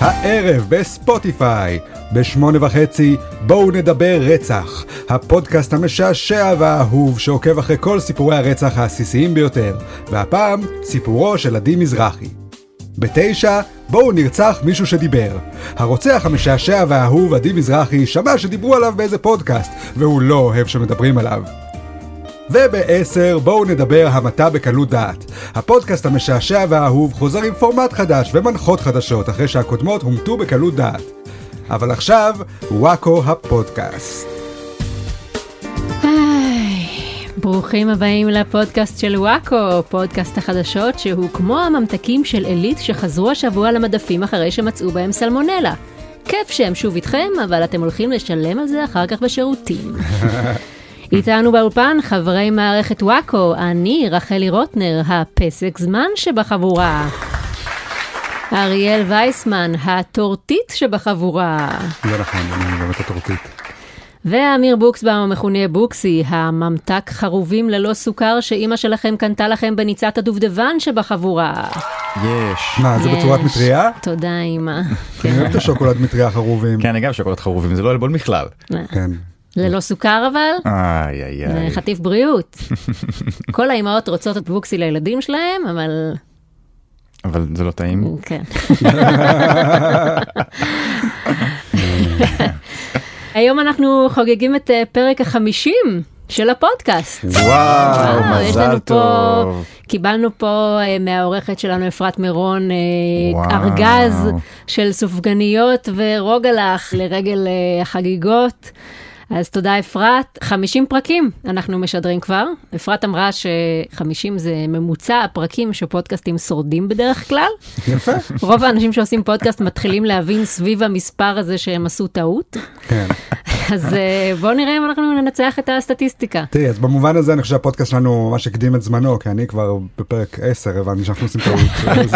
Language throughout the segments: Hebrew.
הערב בספוטיפיי, בשמונה וחצי בואו נדבר רצח, הפודקאסט המשעשע והאהוב שעוקב אחרי כל סיפורי הרצח העסיסיים ביותר, והפעם סיפורו של עדי מזרחי. בתשע, בואו נרצח מישהו שדיבר. הרוצח המשעשע והאהוב עדי מזרחי שמע שדיברו עליו באיזה פודקאסט, והוא לא אוהב שמדברים עליו. וב-10 בואו נדבר המתה בקלות דעת. הפודקאסט המשעשע והאהוב חוזר עם פורמט חדש ומנחות חדשות אחרי שהקודמות הומתו בקלות דעת. אבל עכשיו, וואקו הפודקאסט. היי, ברוכים הבאים לפודקאסט של וואקו, פודקאסט החדשות שהוא כמו הממתקים של עילית שחזרו השבוע למדפים אחרי שמצאו בהם סלמונלה. כיף שהם שוב איתכם, אבל אתם הולכים לשלם על זה אחר כך בשירותים. איתנו באולפן חברי מערכת וואקו, אני רחלי רוטנר, הפסק זמן שבחבורה. אריאל וייסמן, הטורטית שבחבורה. לא נכון, אני באמת התורתית. ואמיר בוקסבאום המכונה בוקסי, הממתק חרובים ללא סוכר שאימא שלכם קנתה לכם בניצת הדובדבן שבחבורה. יש. מה, זה בצורת יש. מטריה? תודה אימא. אני אוהב את השוקולד מטריה חרובים. כן, אני גם שוקולד חרובים, זה לא עלבון בכלל. כן. ללא סוכר אבל? איי איי זה איי. חטיף בריאות. כל האימהות רוצות את בוקסי לילדים שלהם, אבל אבל זה לא טעים. כן. היום אנחנו חוגגים את אה, פרק החמישים של הפודקאסט. וואו, וואו, יש לנו מזל פה, טוב. קיבלנו פה אה, מהעורכת שלנו אפרת מירון אה, וואו. ארגז של סופגניות ורוגלח לרגל אה, החגיגות. אז תודה אפרת, 50 פרקים אנחנו משדרים כבר. אפרת אמרה ש-50 זה ממוצע הפרקים שפודקאסטים שורדים בדרך כלל. יפה. רוב האנשים שעושים פודקאסט מתחילים להבין סביב המספר הזה שהם עשו טעות. כן. אז אה, בואו נראה אם אנחנו ננצח את הסטטיסטיקה. תראי, אז במובן הזה אני חושב שהפודקאסט שלנו ממש הקדים את זמנו, כי אני כבר בפרק 10 הבנתי שאנחנו עושים טעות, אז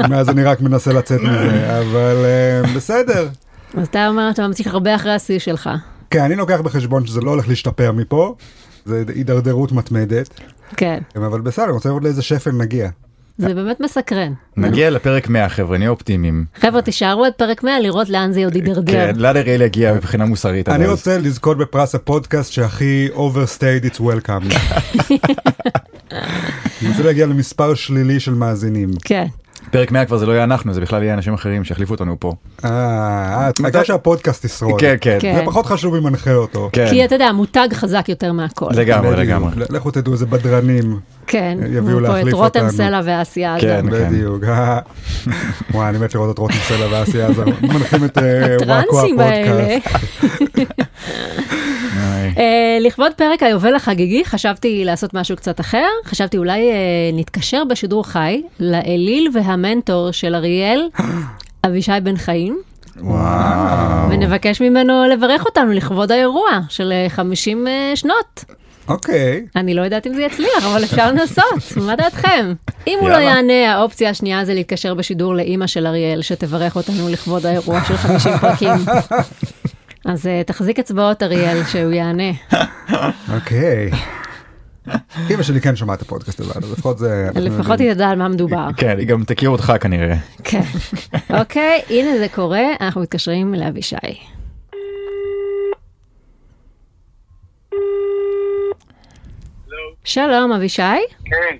אה, מאז אני רק מנסה לצאת מזה, אבל אה, בסדר. אז אתה אומר, אתה ממשיך הרבה אחרי השיא שלך. כן, אני לוקח בחשבון שזה לא הולך להשתפר מפה, זה הידרדרות מתמדת, כן, אבל בסדר, אני רוצה לראות לאיזה שפל נגיע. זה באמת מסקרן. נגיע לפרק 100 חבר'ה, נהיה אופטימיים. חבר'ה, תישארו עד פרק 100 לראות לאן זה עוד יידרדר. כן, לאן אריאל יגיע מבחינה מוסרית. אני אבל- רוצה לזכות בפרס הפודקאסט שהכי overstayed it's welcome. אני רוצה להגיע למספר שלילי של מאזינים. כן. פרק 100 כבר זה לא יהיה אנחנו, זה בכלל יהיה אנשים אחרים שיחליפו אותנו פה. אה, אה, העיקר מתי- שהפודקאסט ישרוד. כן, כן. כן. זה פחות חשוב מי מנחה אותו. כן. כי אתה יודע, המותג חזק יותר מהכל. לגמרי, בדיוק. לגמרי. לכו תדעו איזה בדרנים. כן. יביאו פה להחליף את רותם אותנו. סלע ואסיה אדם. כן. בדיוק. אה. וואי, אני מת לראות את רותם סלע ואסיה, אז מנחים את אה, וואקו הטרנסים האלה. הפודקאסט. איי. אה, לכבוד פרק היובל החגיגי חשבתי לעשות משהו קצת אחר. חשבתי אולי אה, נתקשר בשידור חי לאליל והמנטור של אריאל, אבישי בן חיים, וואו. ונבקש ממנו לברך אותנו לכבוד האירוע של אה, 50 אה, שנות. אוקיי. אני לא יודעת אם זה יצליח, אבל אפשר לנסות, מה דעתכם? אם הוא לא יאללה. יענה, האופציה השנייה זה להתקשר בשידור לאימא של אריאל, שתברך אותנו לכבוד האירוע של 50 פרקים. אז אה, תחזיק אצבעות, אריאל, שהוא יענה. אוקיי. אמא שלי כן שומעת את הפודקאסט הזה, אז לפחות זה... לפחות היא תדע על מה מדובר. כן, היא גם תכיר אותך כנראה. כן. אוקיי, הנה זה קורה, אנחנו מתקשרים לאבישי. שלום אבישי. כן,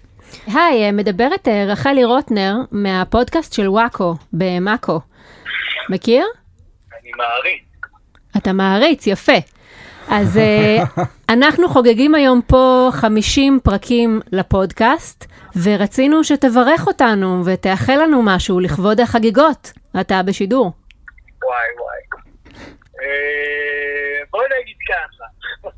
היי, מדברת אה, רחלי רוטנר מהפודקאסט של וואקו במאקו. מכיר? אני מעריץ. אתה מעריץ, יפה. אז אה, אנחנו חוגגים היום פה 50 פרקים לפודקאסט, ורצינו שתברך אותנו ותאחל לנו משהו לכבוד החגיגות. אתה בשידור. וואי וואי. אה, בוא נגיד ככה.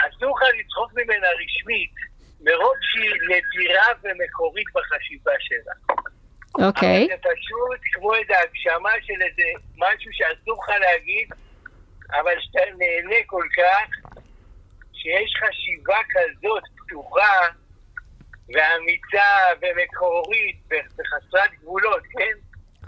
אסור לך לצחוק ממנה רשמית, מרוב שהיא נדירה ומקורית בחשיבה שלה. אוקיי. אבל זה פשוט כמו איזו הגשמה של איזה משהו שאסור לך להגיד, אבל שאתה נהנה כל כך, שיש חשיבה כזאת פתוחה ואמיצה ומקורית ו- וחסרת גבולות, כן?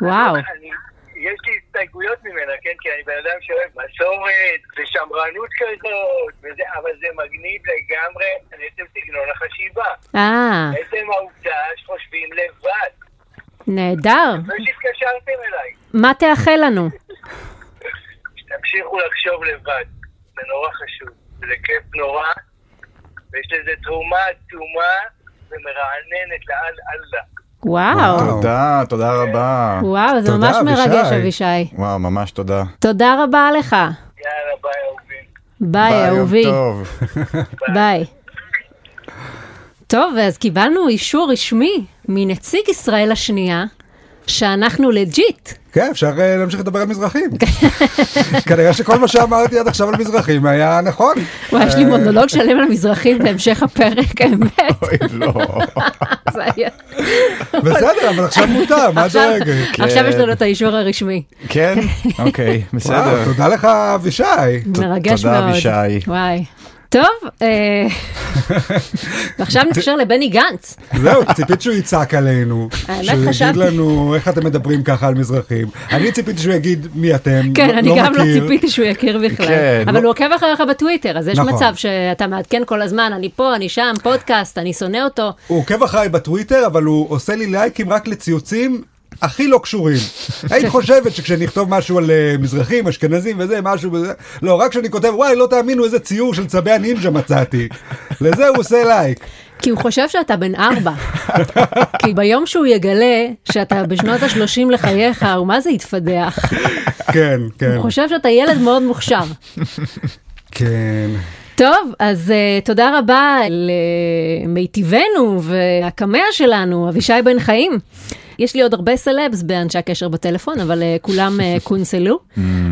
וואו. אני, יש לי הסתייגויות ממנה, כן? כי אני בן אדם שאוהב מסורת, ושמרנות כזאת, וזה, אבל זה מגניב לגמרי, על עצם סגנון החשיבה. אה, עצם העובדה שחושבים לבד. נהדר. לא התקשרתם אליי. מה תאחל לנו? תמשיכו לחשוב לבד, זה נורא חשוב, זה כיף נורא, ויש לזה תרומה עצומה ומרעננת לאל אללה. וואו, וואו. תודה, תודה רבה. וואו, זה תודה, ממש מרגש, אבישי. אבישי. וואו, ממש תודה. תודה רבה לך. יאללה, ביי אהובים. ביי, יום אהובי. טוב. ביי. טוב, אז קיבלנו אישור רשמי מנציג ישראל השנייה, שאנחנו לג'יט. כן, אפשר אה, להמשיך לדבר על מזרחים. כנראה שכל מה שאמרתי עד עכשיו על מזרחים היה נכון. וואי, יש לי מונולוג שלם על המזרחים בהמשך הפרק, האמת. אוי, לא. זה היה- בסדר, אבל עכשיו מותר, מה כן. עכשיו- דואגת? עכשיו יש לנו את האישור הרשמי. כן? אוקיי, בסדר. וואו, תודה לך, אבישי. מרגש מאוד. תודה, אבישי. וואי. טוב, אה, ועכשיו נתקשר לבני גנץ. זהו, ציפית שהוא יצעק עלינו. האמת, שהוא יגיד חשבתי. לנו איך אתם מדברים ככה על מזרחים. אני ציפיתי שהוא יגיד מי אתם, כן, אני לא גם לא מכיר. ציפיתי שהוא יכיר בכלל. כן, אבל לא- הוא עוקב אחריך בטוויטר, אז יש נכון. מצב שאתה מעדכן כל הזמן, אני פה, אני שם, פודקאסט, אני שונא אותו. הוא עוקב אחריי בטוויטר, אבל הוא עושה לי לייקים רק לציוצים. הכי לא קשורים. היית חושבת שכשנכתוב משהו על אה, מזרחים, אשכנזים וזה, משהו וזה, לא, רק כשאני כותב, וואי, לא תאמינו איזה ציור של צבי הנינג'ה מצאתי. לזה הוא עושה לייק. כי הוא חושב שאתה בן ארבע. כי ביום שהוא יגלה שאתה בשנות ה-30 לחייך, הוא מה זה יתפדח? כן, כן, הוא חושב שאתה ילד מאוד מוכשר. כן. טוב, אז uh, תודה רבה למיטיבנו והקמע שלנו, אבישי בן חיים. יש לי עוד הרבה סלבס באנשי הקשר בטלפון, אבל uh, כולם uh, קונסלו.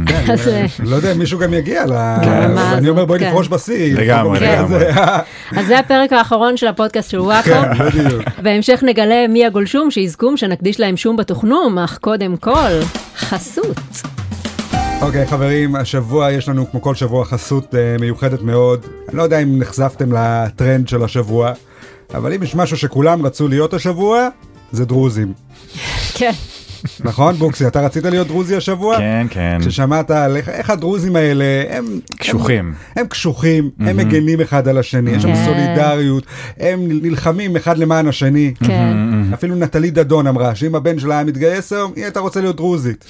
כן, אז, אה, לא יודע אם מישהו גם יגיע ל... לרמה אני אומר הזאת, בואי כן. נפרוש בשיא. לגמרי, כן, לגמרי. זה- אז זה הפרק האחרון של הפודקאסט של וואקו. כן, בדיוק. בהמשך נגלה מי הגולשום שיזכום שנקדיש להם שום בתוכנום, אך קודם כל, חסות. אוקיי חברים, השבוע יש לנו כמו כל שבוע חסות אה, מיוחדת מאוד. אני לא יודע אם נחשפתם לטרנד של השבוע, אבל אם יש משהו שכולם רצו להיות השבוע, זה דרוזים. כן. נכון בוקסי, אתה רצית להיות דרוזי השבוע? כן, כן. כששמעת על איך, איך הדרוזים האלה, הם קשוחים. הם, הם קשוחים, הם מגנים אחד על השני, יש שם כן. סולידריות, הם נלחמים אחד למען השני. כן. אפילו נטלי דדון אמרה שאם הבן שלה היה מתגייס היום, היא הייתה רוצה להיות דרוזית.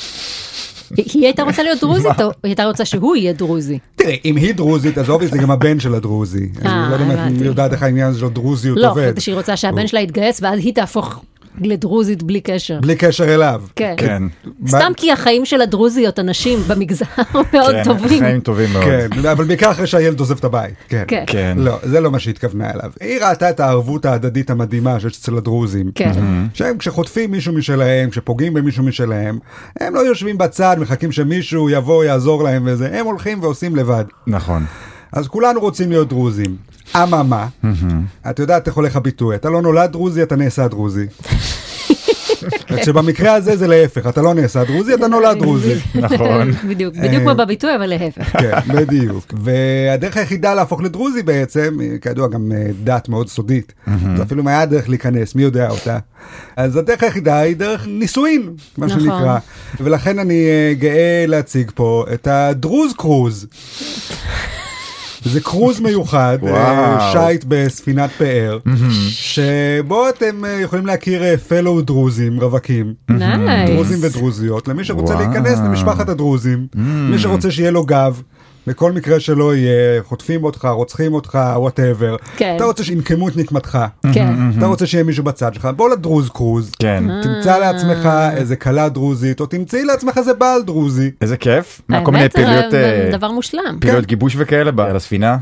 היא היא הייתה רוצה להיות דרוזית, או היא הייתה רוצה שהוא יהיה דרוזי. תראי, אם היא דרוזית, אז אובייסט גם הבן שלה דרוזי. אה, אני לא יודע אם הבנתי. את יודעת איך העניין הזה של דרוזיות לא, עובד. חשבתי שהיא רוצה שהבן שלה יתגייס, ואז היא תהפוך לדרוזית בלי קשר. בלי קשר אליו. כן. כן. סתם כי החיים של הדרוזיות, הנשים במגזר, מאוד כן, טובים. חיים טובים מאוד. כן, אבל בעיקר אחרי שהילד עוזב את הבית. כן. כן. כן. לא, זה לא מה שהתכוונה אליו. היא ראתה את הערבות ההדדית המדהימה שיש אצל הדרוזים. Mm-hmm. כן. שהם כשחוטפים מישהו משלהם, כשפוגעים במישהו משלהם, הם לא יושבים בצד, מחכים שמישהו יבוא, יעזור להם וזה, הם הולכים ועושים לבד. נכון. אז כולנו רוצים להיות דרוזים. אממה, את יודעת איך הולך הביטוי, אתה לא נולד דרוזי, אתה נעשה דרוזי. רק שבמקרה הזה זה להפך, אתה לא נעשה דרוזי, אתה נולד דרוזי. נכון. בדיוק, בדיוק כמו בביטוי, אבל להפך. כן, בדיוק. והדרך היחידה להפוך לדרוזי בעצם, היא כידוע גם אה, דת מאוד סודית, אז אפילו אם היה דרך להיכנס, מי יודע אותה. אז הדרך היחידה היא דרך נישואין, מה נכון. שנקרא. ולכן אני אה, גאה להציג פה את הדרוז קרוז. זה קרוז מיוחד, אה, וואו. שייט בספינת פאר, שבו אתם אה, יכולים להכיר אה, פלו דרוזים רווקים. דרוזים נייס. ודרוזיות, למי שרוצה וואו. להיכנס למשפחת הדרוזים, Mm. מי שרוצה שיהיה לו גב, בכל מקרה שלא יהיה, חוטפים אותך, רוצחים אותך, וואטאבר. כן. אתה רוצה שינקמו את נקמתך, כן. אתה רוצה שיהיה מישהו בצד שלך, בוא לדרוז קרוז. כן. Mm-hmm. אה. תמצא לעצמך איזה כלה דרוזית, או תמצאי לעצמך איזה בעל דרוזי. איזה כיף. מה, כל מיני האמת, פעילויות... זה אה, דבר מושלם. פעילויות גיבוש וכאלה ב- על הספינה?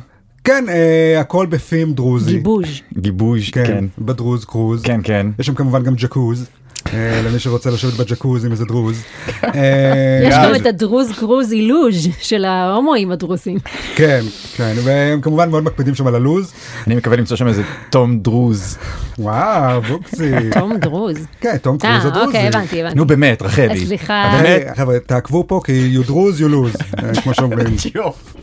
כן, אה, הכל בפים דרוזי. גיבוז'. גיבוש, כן, כן. בדרוז קרוז. כן, כן. יש שם כמובן גם ג'קוז, אה, למי שרוצה לשבת בג'קוז עם איזה דרוז. אה, יש גם אז- את הדרוז קרוז אילוז' של ההומואים הדרוזים. כן, כן, והם כמובן מאוד מקפידים שם על הלוז. אני מקווה למצוא שם איזה תום דרוז. וואו, בוקסי. תום דרוז. כן, תום אה, קרוז הדרוזי. אוקיי, הבנתי, הבנתי. נו באמת, רחלי. סליחה. באמת? חבר'ה, תעקבו פה כי you druse you lose, אה, כמו שאומרים. יופי.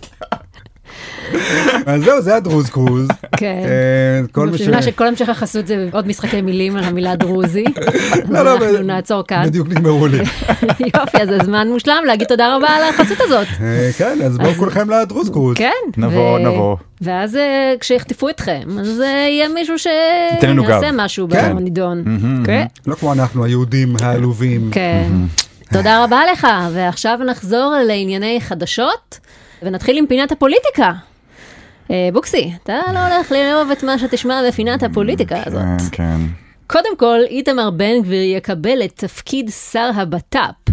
אז זהו, זה הדרוז קרוז. כן. אה, כל מי ש... מבחינה שכל המשך החסות זה עוד משחקי מילים על המילה דרוזי. לא, אז לא, אנחנו ב- נעצור כאן. בדיוק נגמרו לי. יופי, אז זה זמן מושלם להגיד תודה רבה על החסות הזאת. אה, כן, אז בואו כולכם לדרוז קרוז. כן. נבוא, נבוא. ואז אה, כשיחטפו אתכם, אז אה, יהיה מישהו ש... ייתן לנו גב. יעשה משהו כן. בנידון. כן. לא כמו אנחנו, היהודים העלובים. כן. תודה רבה לך, ועכשיו נחזור לענייני חדשות, ונתחיל עם פינת הפוליטיקה. אה, בוקסי, אתה לא הולך לאהוב את מה שתשמע בפינת הפוליטיקה הזאת. כן, כן. קודם כל, איתמר בן גביר יקבל את תפקיד שר הבט"פ.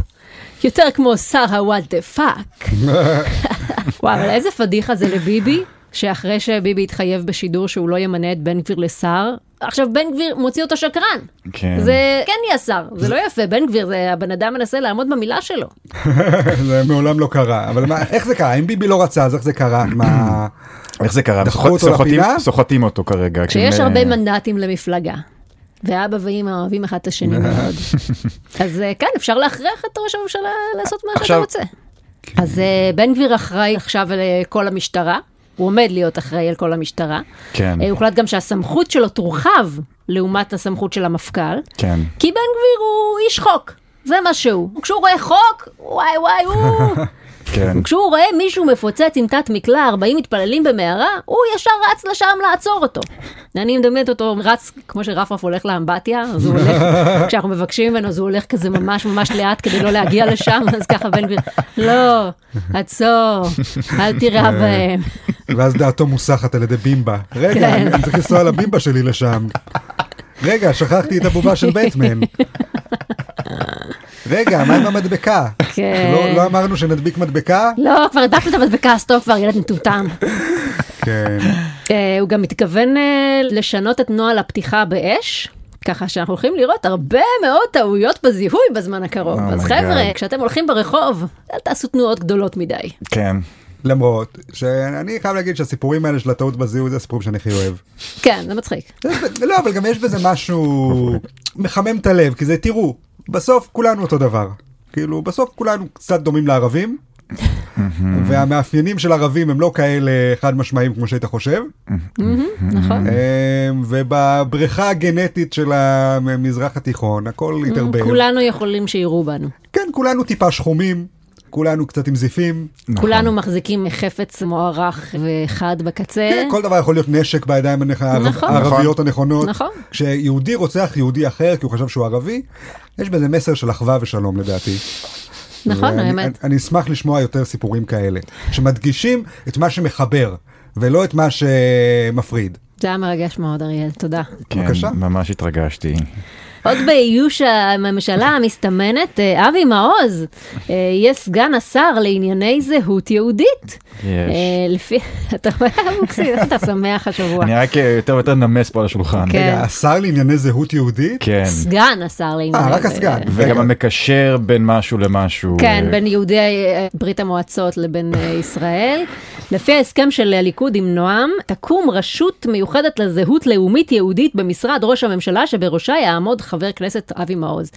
יותר כמו שר ה-what the fuck. וואו, אבל איזה פדיחה זה לביבי, שאחרי שביבי התחייב בשידור שהוא לא ימנה את בן גביר לשר, עכשיו בן גביר מוציא אותו שקרן. כן. זה כן נהיה שר, זה לא יפה, בן גביר, זה הבן אדם מנסה לעמוד במילה שלו. כן. זה מעולם לא קרה. אבל מה, איך זה קרה? אם ביבי לא רצה, אז איך זה קרה? מה... איך זה קרה? דחו סוחט- אותו סוחטים- לפינה? סוחטים אותו כרגע. כשיש כן, הרבה אה, מנדטים למפלגה. ואבא ואימא אוהבים אחד את השני מאוד. אז אה, כן, אפשר להכריח את ראש הממשלה לעשות מה שאתה עכשיו- כן. רוצה. אז אה, בן גביר אחראי עכשיו על אה, כל המשטרה, הוא עומד להיות אחראי על כל המשטרה. כן. אה, הוחלט גם שהסמכות שלו תורחב לעומת הסמכות של המפכ"ל, כן. כי בן גביר הוא איש חוק, זה מה שהוא. כשהוא רואה חוק, וואי וואי הוא... כן. כשהוא רואה מישהו מפוצץ עם תת מקלע 40 מתפללים במערה, הוא ישר רץ לשם לעצור אותו. אני מדמיינת אותו רץ, כמו שרפרף הולך לאמבטיה, אז הוא הולך, כשאנחנו מבקשים ממנו, אז הוא הולך כזה ממש ממש לאט כדי לא להגיע לשם, אז ככה בן גביר, לא, עצור, אל תירה בהם. ואז דעתו מוסחת על ידי בימבה. רגע, כן. אני אני צריך לנסוע על הבימבה שלי לשם. רגע, שכחתי את הבובה של בטמן. רגע, מה עם המדבקה? כן. לא- לא אמרנו שנדביק מדבקה? לא, כבר הדבקנו את המדבקה, סטוק כבר, ילד מטומטם. כן. אה, הוא גם מתכוון אה, לשנות את נוהל הפתיחה באש. ככה שאנחנו הולכים לראות הרבה מאוד טעויות בזיהוי בזמן הקרוב. Oh אז my חבר'ה, God. כשאתם הולכים ברחוב, אל תעשו תנועות גדולות מדי. כן. למרות שאני חייב להגיד שהסיפורים האלה של הטעות בזיהוי זה הסיפורים שאני הכי אוהב. כן, זה מצחיק. לא, אבל גם יש בזה משהו מחמם את הלב, כי זה, תראו, בסוף כולנו אותו דבר. כאילו, בסוף כולנו קצת דומים לערבים, והמאפיינים של ערבים הם לא כאלה חד משמעיים כמו שהיית חושב, Mm-hmm. נכון? אמ, ובבריכה הגנטית של המזרח התיכון Mm, הכל התערבב. כולנו יכולים שיראו בנו. כן, כולנו טיפה שחומים, כולנו קצת עם זיפים, כולנו מחזיקים חפץ מוערך וחד בקצה. כן, כל דבר יכול להיות נשק בידיים הנכ- נכון. הערביות הנכונות. נכון. כשיהודי רוצח יהודי אחר כי הוא חשב שהוא ערבי, יש בזה מסר של אחווה ושלום לדעתי. נכון, ואני- האמת. אני- אני אשמח לשמוע יותר סיפורים כאלה, שמדגישים את מה שמחבר, ולא את מה שמפריד. זה היה מרגש מאוד, אריאל, תודה. כן, בבקשה. ממש התרגשתי. אה, עוד באיוש הממשלה המסתמנת, אה, אבי מעוז אה, יהיה סגן השר לענייני זהות יהודית. יש. אה, לפי, אתה רואה, מוקסי, איך אתה שמח השבוע. אני רק אה, יותר ויותר נמס פה על השולחן. כן. רגע, השר לענייני זהות יהודית? כן. סגן השר לענייני... אה, רק זה- הסגן. וגם רגע. המקשר בין משהו למשהו. כן, אה, בין יהודי אה, ברית המועצות לבין אה, ישראל. לפי ההסכם של הליכוד עם נועם, תקום רשות מיוחדת לזהות לאומית יהודית במשרד ראש הממשלה, שבראשה יעמוד חבר כנסת אבי מעוז.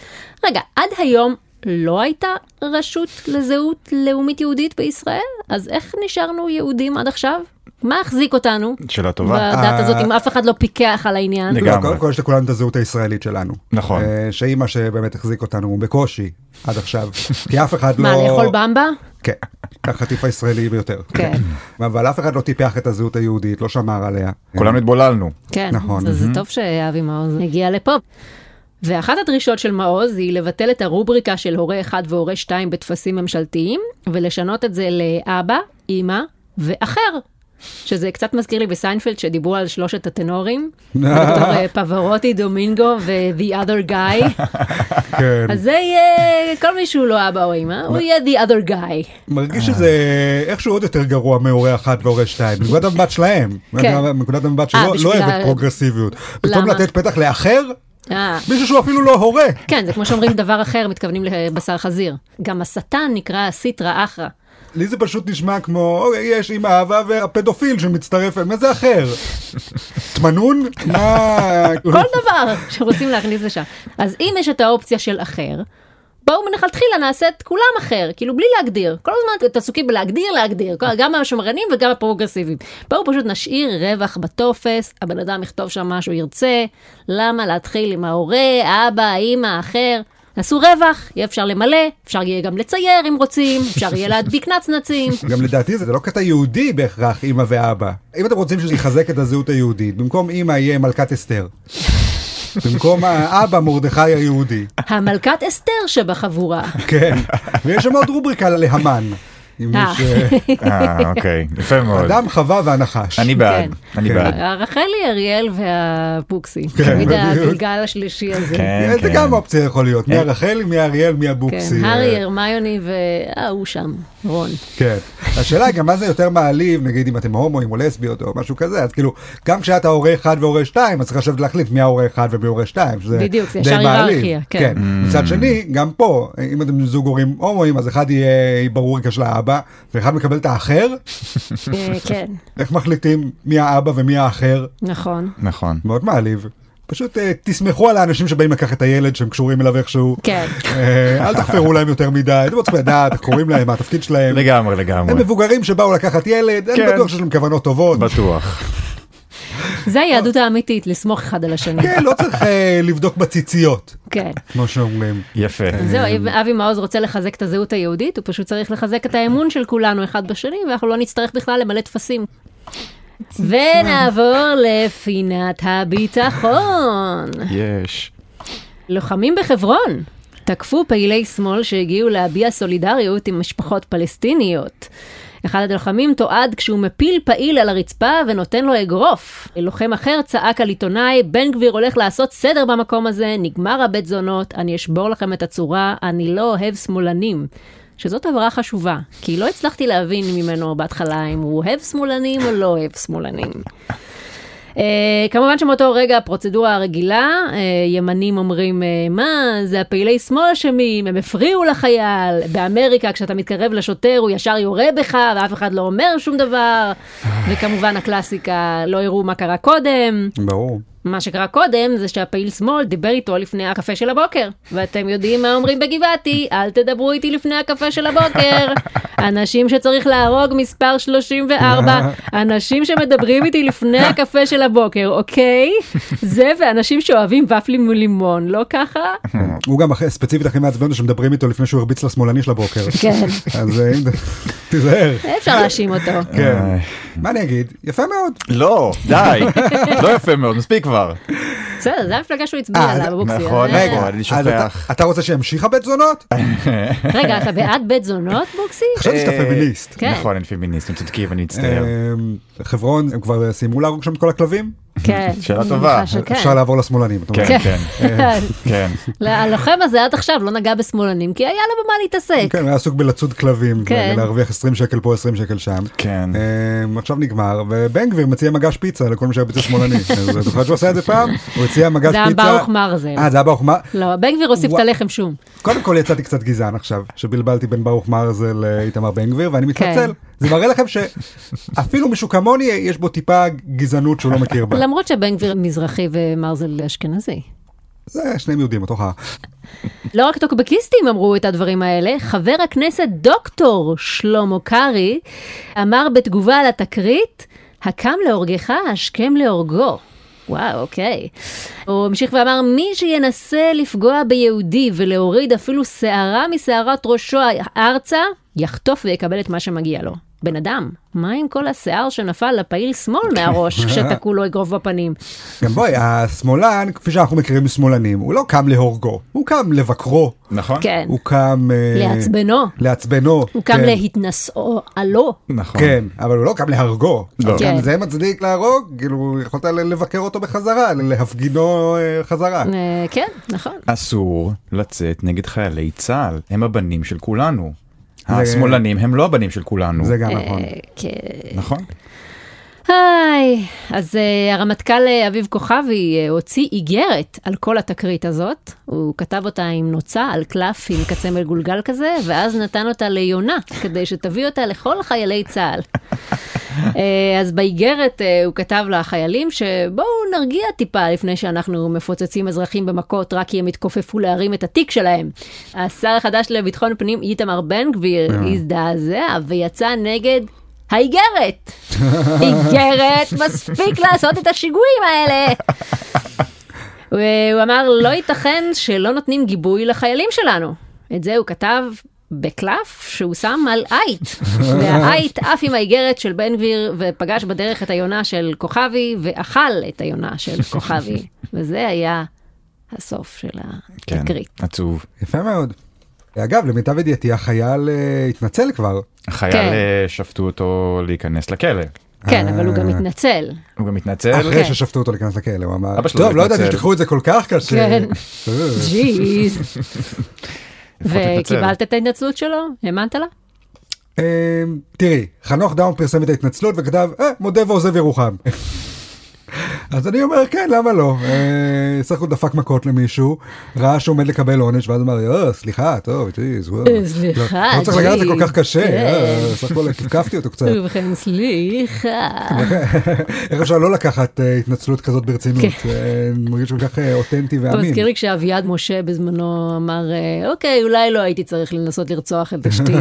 רגע, עד היום לא הייתה רשות לזהות לאומית יהודית בישראל? אז איך נשארנו יהודים עד עכשיו? מה החזיק אותנו? שאלה טובה. בדת הזאת, אה, אם אף אחד לא פיקח על העניין. לא, לגמרי. קודם כל יש לכולנו את הזהות הישראלית שלנו. נכון. אה, שהיא מה שבאמת החזיק אותנו בקושי עד עכשיו, כי אף אחד לא... מה, לאכול במבה? כן, החטיף הישראלי ביותר. כן. אבל אף אחד לא טיפח את הזהות היהודית, לא שמר עליה. כולנו התבוללנו. כן, נכון. נכון. אז זה טוב שאבי מעוז הגיע לפה. ואחת הדרישות של מעוז היא לבטל את הרובריקה של הורה 1 והורה 2 בטפסים ממשלתיים, ולשנות את זה לאבא, אימא ואחר. שזה קצת מזכיר לי בסיינפלד שדיברו על שלושת הטנורים, בתור אה, פברוטי, דומינגו ו-The other guy. כן. אז זה יהיה, כל מי שהוא לא אבא או אימא, הוא יהיה The other guy. מרגיש שזה איכשהו עוד יותר גרוע מהורה אחת והורה שתיים. מנקודת המבט שלהם. כן. מנקודת המבט אה, שלא לא בשביל ה- אוהבת פרוגרסיביות. פתאום למה? לתת פתח לאחר? אה, מישהו שהוא אפילו לא הורה. כן, זה כמו שאומרים דבר אחר, מתכוונים לבשר חזיר. גם השטן נקרא סיטרא אחרא. לי זה פשוט נשמע כמו, אוקיי, יש עם אהבה והפדופיל שמצטרף, מה זה אחר? תמנון? מה... כל דבר שרוצים להכניס לשם. אז אם יש את האופציה של אחר, בואו מלכתחילה נעשה את כולם אחר, כאילו בלי להגדיר. כל הזמן אתם עסוקים בלהגדיר, להגדיר, כל- גם השמרנים וגם הפרוגרסיביים. בואו פשוט נשאיר רווח בטופס, הבן אדם יכתוב שם מה שהוא ירצה, למה להתחיל עם ההורה, האבא, האמא, האחר. עשו רווח, יהיה אפשר למלא, אפשר יהיה גם לצייר אם רוצים, אפשר יהיה להדביק נצנצים. גם לדעתי זה לא קטע יהודי בהכרח, אימא ואבא. אם אתם רוצים שזה יחזק את הזהות היהודית, במקום אימא יהיה מלכת אסתר. במקום האבא מרדכי היהודי. המלכת אסתר שבחבורה. כן. ויש שם עוד רובריקה להמן. אם אה. יש, אה, אה, אוקיי, יפה מאוד. אדם, חווה והנחש. אני בעד, כן. אני בעד. הרחלי, אריאל והבוקסי. כן, תמיד בדיוק. הגלגל השלישי הזה. כן, זה כן. אה, גם אופציה יכול להיות. מי הרחל, מי האריאל, מי הבוקסי. כן, הארי, אה, הרמיוני וההוא שם, רון. כן. השאלה היא גם מה זה יותר מעליב, נגיד אם אתם הומואים או לסביות או משהו כזה, אז כאילו, גם כשאתה הורה אחד והורה שתיים, אז צריך לשבת להחליט מי ההורה אחד ומי הורה שתיים, שזה בדיוק, זה די ישר מעליב. היררכיה, כן. Mm. מצד שני, גם פה, אם אתם זוג הורים הומואים, אז אחד יהיה ברוריקה של האבא, ואחד מקבל את האחר, אה, כן, איך מחליטים מי האבא ומי האחר? נכון. נכון. מאוד מעליב. פשוט אה, תסמכו על האנשים שבאים לקחת את הילד שהם קשורים אליו איכשהו. כן. אה, אל תחפרו להם יותר מדי, אתם לא צריכים לדעת איך קוראים להם, מה התפקיד שלהם. לגמרי, הם לגמרי. מבוגרים שבאו לקחת ילד, אני כן. בטוח שיש להם כוונות טובות. בטוח. זה היהדות האמיתית, לסמוך אחד על השני. כן, לא צריך אה, לבדוק בציציות, כן. כמו שאומרים. יפה. כן, זהו, אם אבי מעוז רוצה לחזק את הזהות היהודית, הוא פשוט צריך לחזק את האמון של כולנו אחד בשני, ואנחנו לא נצטרך בכלל למלא טפסים. ונעבור לפינת הביטחון. יש. לוחמים בחברון תקפו פעילי שמאל שהגיעו להביע סולידריות עם משפחות פלסטיניות. אחד הלוחמים תועד כשהוא מפיל פעיל על הרצפה ונותן לו אגרוף. לוחם אחר צעק על עיתונאי, בן גביר הולך לעשות סדר במקום הזה, נגמר הבית זונות, אני אשבור לכם את הצורה, אני לא אוהב שמאלנים. שזאת עברה חשובה, כי לא הצלחתי להבין ממנו בהתחלה אם הוא אוהב שמאלנים או לא אוהב שמאלנים. Uh, כמובן שמאותו רגע הפרוצדורה הרגילה, uh, ימנים אומרים, uh, מה, זה הפעילי שמאל אשמים, הם הפריעו לחייל, באמריקה כשאתה מתקרב לשוטר הוא ישר יורה בך ואף אחד לא אומר שום דבר, וכמובן הקלאסיקה, לא יראו מה קרה קודם. ברור. מה שקרה קודם זה שהפעיל שמאל דיבר איתו לפני הקפה של הבוקר. ואתם יודעים מה אומרים בגבעתי, אל תדברו איתי לפני הקפה של הבוקר. אנשים שצריך להרוג מספר 34, אנשים שמדברים איתי לפני הקפה של הבוקר, אוקיי? זה ואנשים שאוהבים ופלים מלימון, לא ככה? הוא גם אחרי- ספציפית הכי מעצבן הוא שמדברים איתו לפני שהוא הרביץ לשמאלני של הבוקר. כן. אז אה, אם- תיזהר. אפשר להאשים אותו. כן. איי. מה אני אגיד? יפה מאוד. לא, די. לא יפה מאוד, מספיק כבר. בסדר, זה המפלגה שהוא הצביע אה, עליו, זה- הבוקסי. נכון, אה, נכון. אני שוכח. אה. אז אתה- אתה רוצה שימשיך הבית זונות? רגע, אתה בעד בית זונות, בוקסי? חשבתי שאתה פמיניסט. כן. נכון, אני פמיניסט, הם צודקים, אני מצטער. אה, חברון, הם כבר סיימו להרוג שם את כל הכלבים? כן. שאלה אני טובה. מניחה שכן. אפשר לעבור לשמאלנים. אתה אומר. כן, כן, כן. ל- הלוחם הזה עד עכשיו לא נגע בשמאלנים, כי היה לו במה להתעסק. כן, הוא היה עסוק בלצוד כלבים, כן. להרוויח 20 שקל פה 20 שקל שם. כן. אה, עכשיו נגמר, ובן גביר מציע מגש פיצה לכל מי שהיה פיצה שמאלני. אז את זוכרת שהוא עשה את זה פעם? הוא הציע מגש פיצה. זה היה ברוך מרזל. אה, זה היה ברוך מר... לא, בן גביר הוסיף את וואו. הלחם שום. קודם כל יצאתי קצת גזען עכשיו, שבלבלתי בין ברוך מרזל לאיתמר בן גביר, ואני כן. מתנצל. זה מראה לכם שאפילו מישהו כמוני, יש בו טיפה גזענות שהוא לא מכיר בה. למרות שבן גביר מזרחי ומרזל אשכנזי. זה שניהם יהודים, אותו חרא. לא רק טוקבקיסטים אמרו את הדברים האלה, חבר הכנסת דוקטור שלמה קרעי אמר בתגובה על התקרית, הקם להורגך השכם להורגו. וואו, אוקיי. הוא המשיך ואמר, מי שינסה לפגוע ביהודי ולהוריד אפילו שערה משערת ראשו ארצה, יחטוף ויקבל את מה שמגיע לו. בן אדם, מה עם כל השיער שנפל לפעיל שמאל מהראש כשתקעו לו אגרוף בפנים? גם כן, בואי, השמאלן, כפי שאנחנו מכירים משמאלנים, הוא לא קם להורגו, הוא קם לבקרו, נכון? כן, הוא קם... אה, לעצבנו. לעצבנו. הוא קם כן. להתנשאו עלו. נכון. כן, אבל הוא לא קם להרגו. לא. אז גם כן. זה מצדיק להרוג, כאילו יכולת ל- לבקר אותו בחזרה, ל- להפגינו אה, חזרה. אה, כן, נכון. אסור לצאת נגד חיילי צה"ל, הם הבנים של כולנו. השמאלנים הם לא הבנים של כולנו, זה גם נכון. אה, כן. נכון? היי, אז אה, הרמטכ"ל אה, אביב כוכבי אה, הוציא איגרת על כל התקרית הזאת. הוא כתב אותה עם נוצה על קלף עם קצה מגולגל כזה, ואז נתן אותה ליונה, כדי שתביא אותה לכל חיילי צה"ל. אה, אז באיגרת אה, הוא כתב לחיילים שבואו נרגיע טיפה לפני שאנחנו מפוצצים אזרחים במכות רק כי הם התכופפו להרים את התיק שלהם. השר החדש לביטחון פנים איתמר בן גביר הזדעזע ויצא נגד האיגרת. איגרת, מספיק לעשות את השיגועים האלה. הוא הוא אמר, לא ייתכן שלא נותנים גיבוי לחיילים שלנו. את זה הוא כתב בקלף שהוא שם על עייט. והעייט עף עם האיגרת של בן גביר ופגש בדרך את היונה של כוכבי ואכל את היונה של כוכבי. וזה היה הסוף של כן, התקרית. עצוב. יפה מאוד. אגב, למיטב ידיעתי, החייל אה, התנצל כבר. החייל כן. אה, שפטו אותו להיכנס לכלא. כן, אבל הוא גם התנצל. הוא גם התנצל. אחרי כן. ששפטו אותו להיכנס לכלא, הוא אמר, אה, לא. אבא שלו טוב, לא ידעתי התנצל." שתיקחו את זה כל כך קשה. כן. אה. ג'יז. לפחות התנצל. וקיבלת את ההתנצלות שלו? האמנת לה? אמ, תראי, חנוך דאום פרסם את ההתנצלות וכתב, אה, מודה ועוזב ירוחם. אז אני אומר, כן, למה לא? אה, סך הכול דפק מכות למישהו, ראה שעומד לקבל עונש, ואז אמר, אה, סליחה, טוב, ג'יז, וואו. אה, סליחה, לא- לא צריך לגעת את זה כל כך קשה, ג'יז, כן. אה, סך הכול כפכפתי אותו קצת. ובכן, סליחה. איך אפשר לא לקחת אה, התנצלות כזאת ברצינות? כן. אה, אני מרגיש כל כך אה, אותנטי אתה ואמין. מזכיר לי כשאביעד משה בזמנו אמר, אה, אוקיי, אולי לא הייתי צריך לנסות לרצוח את אשתי.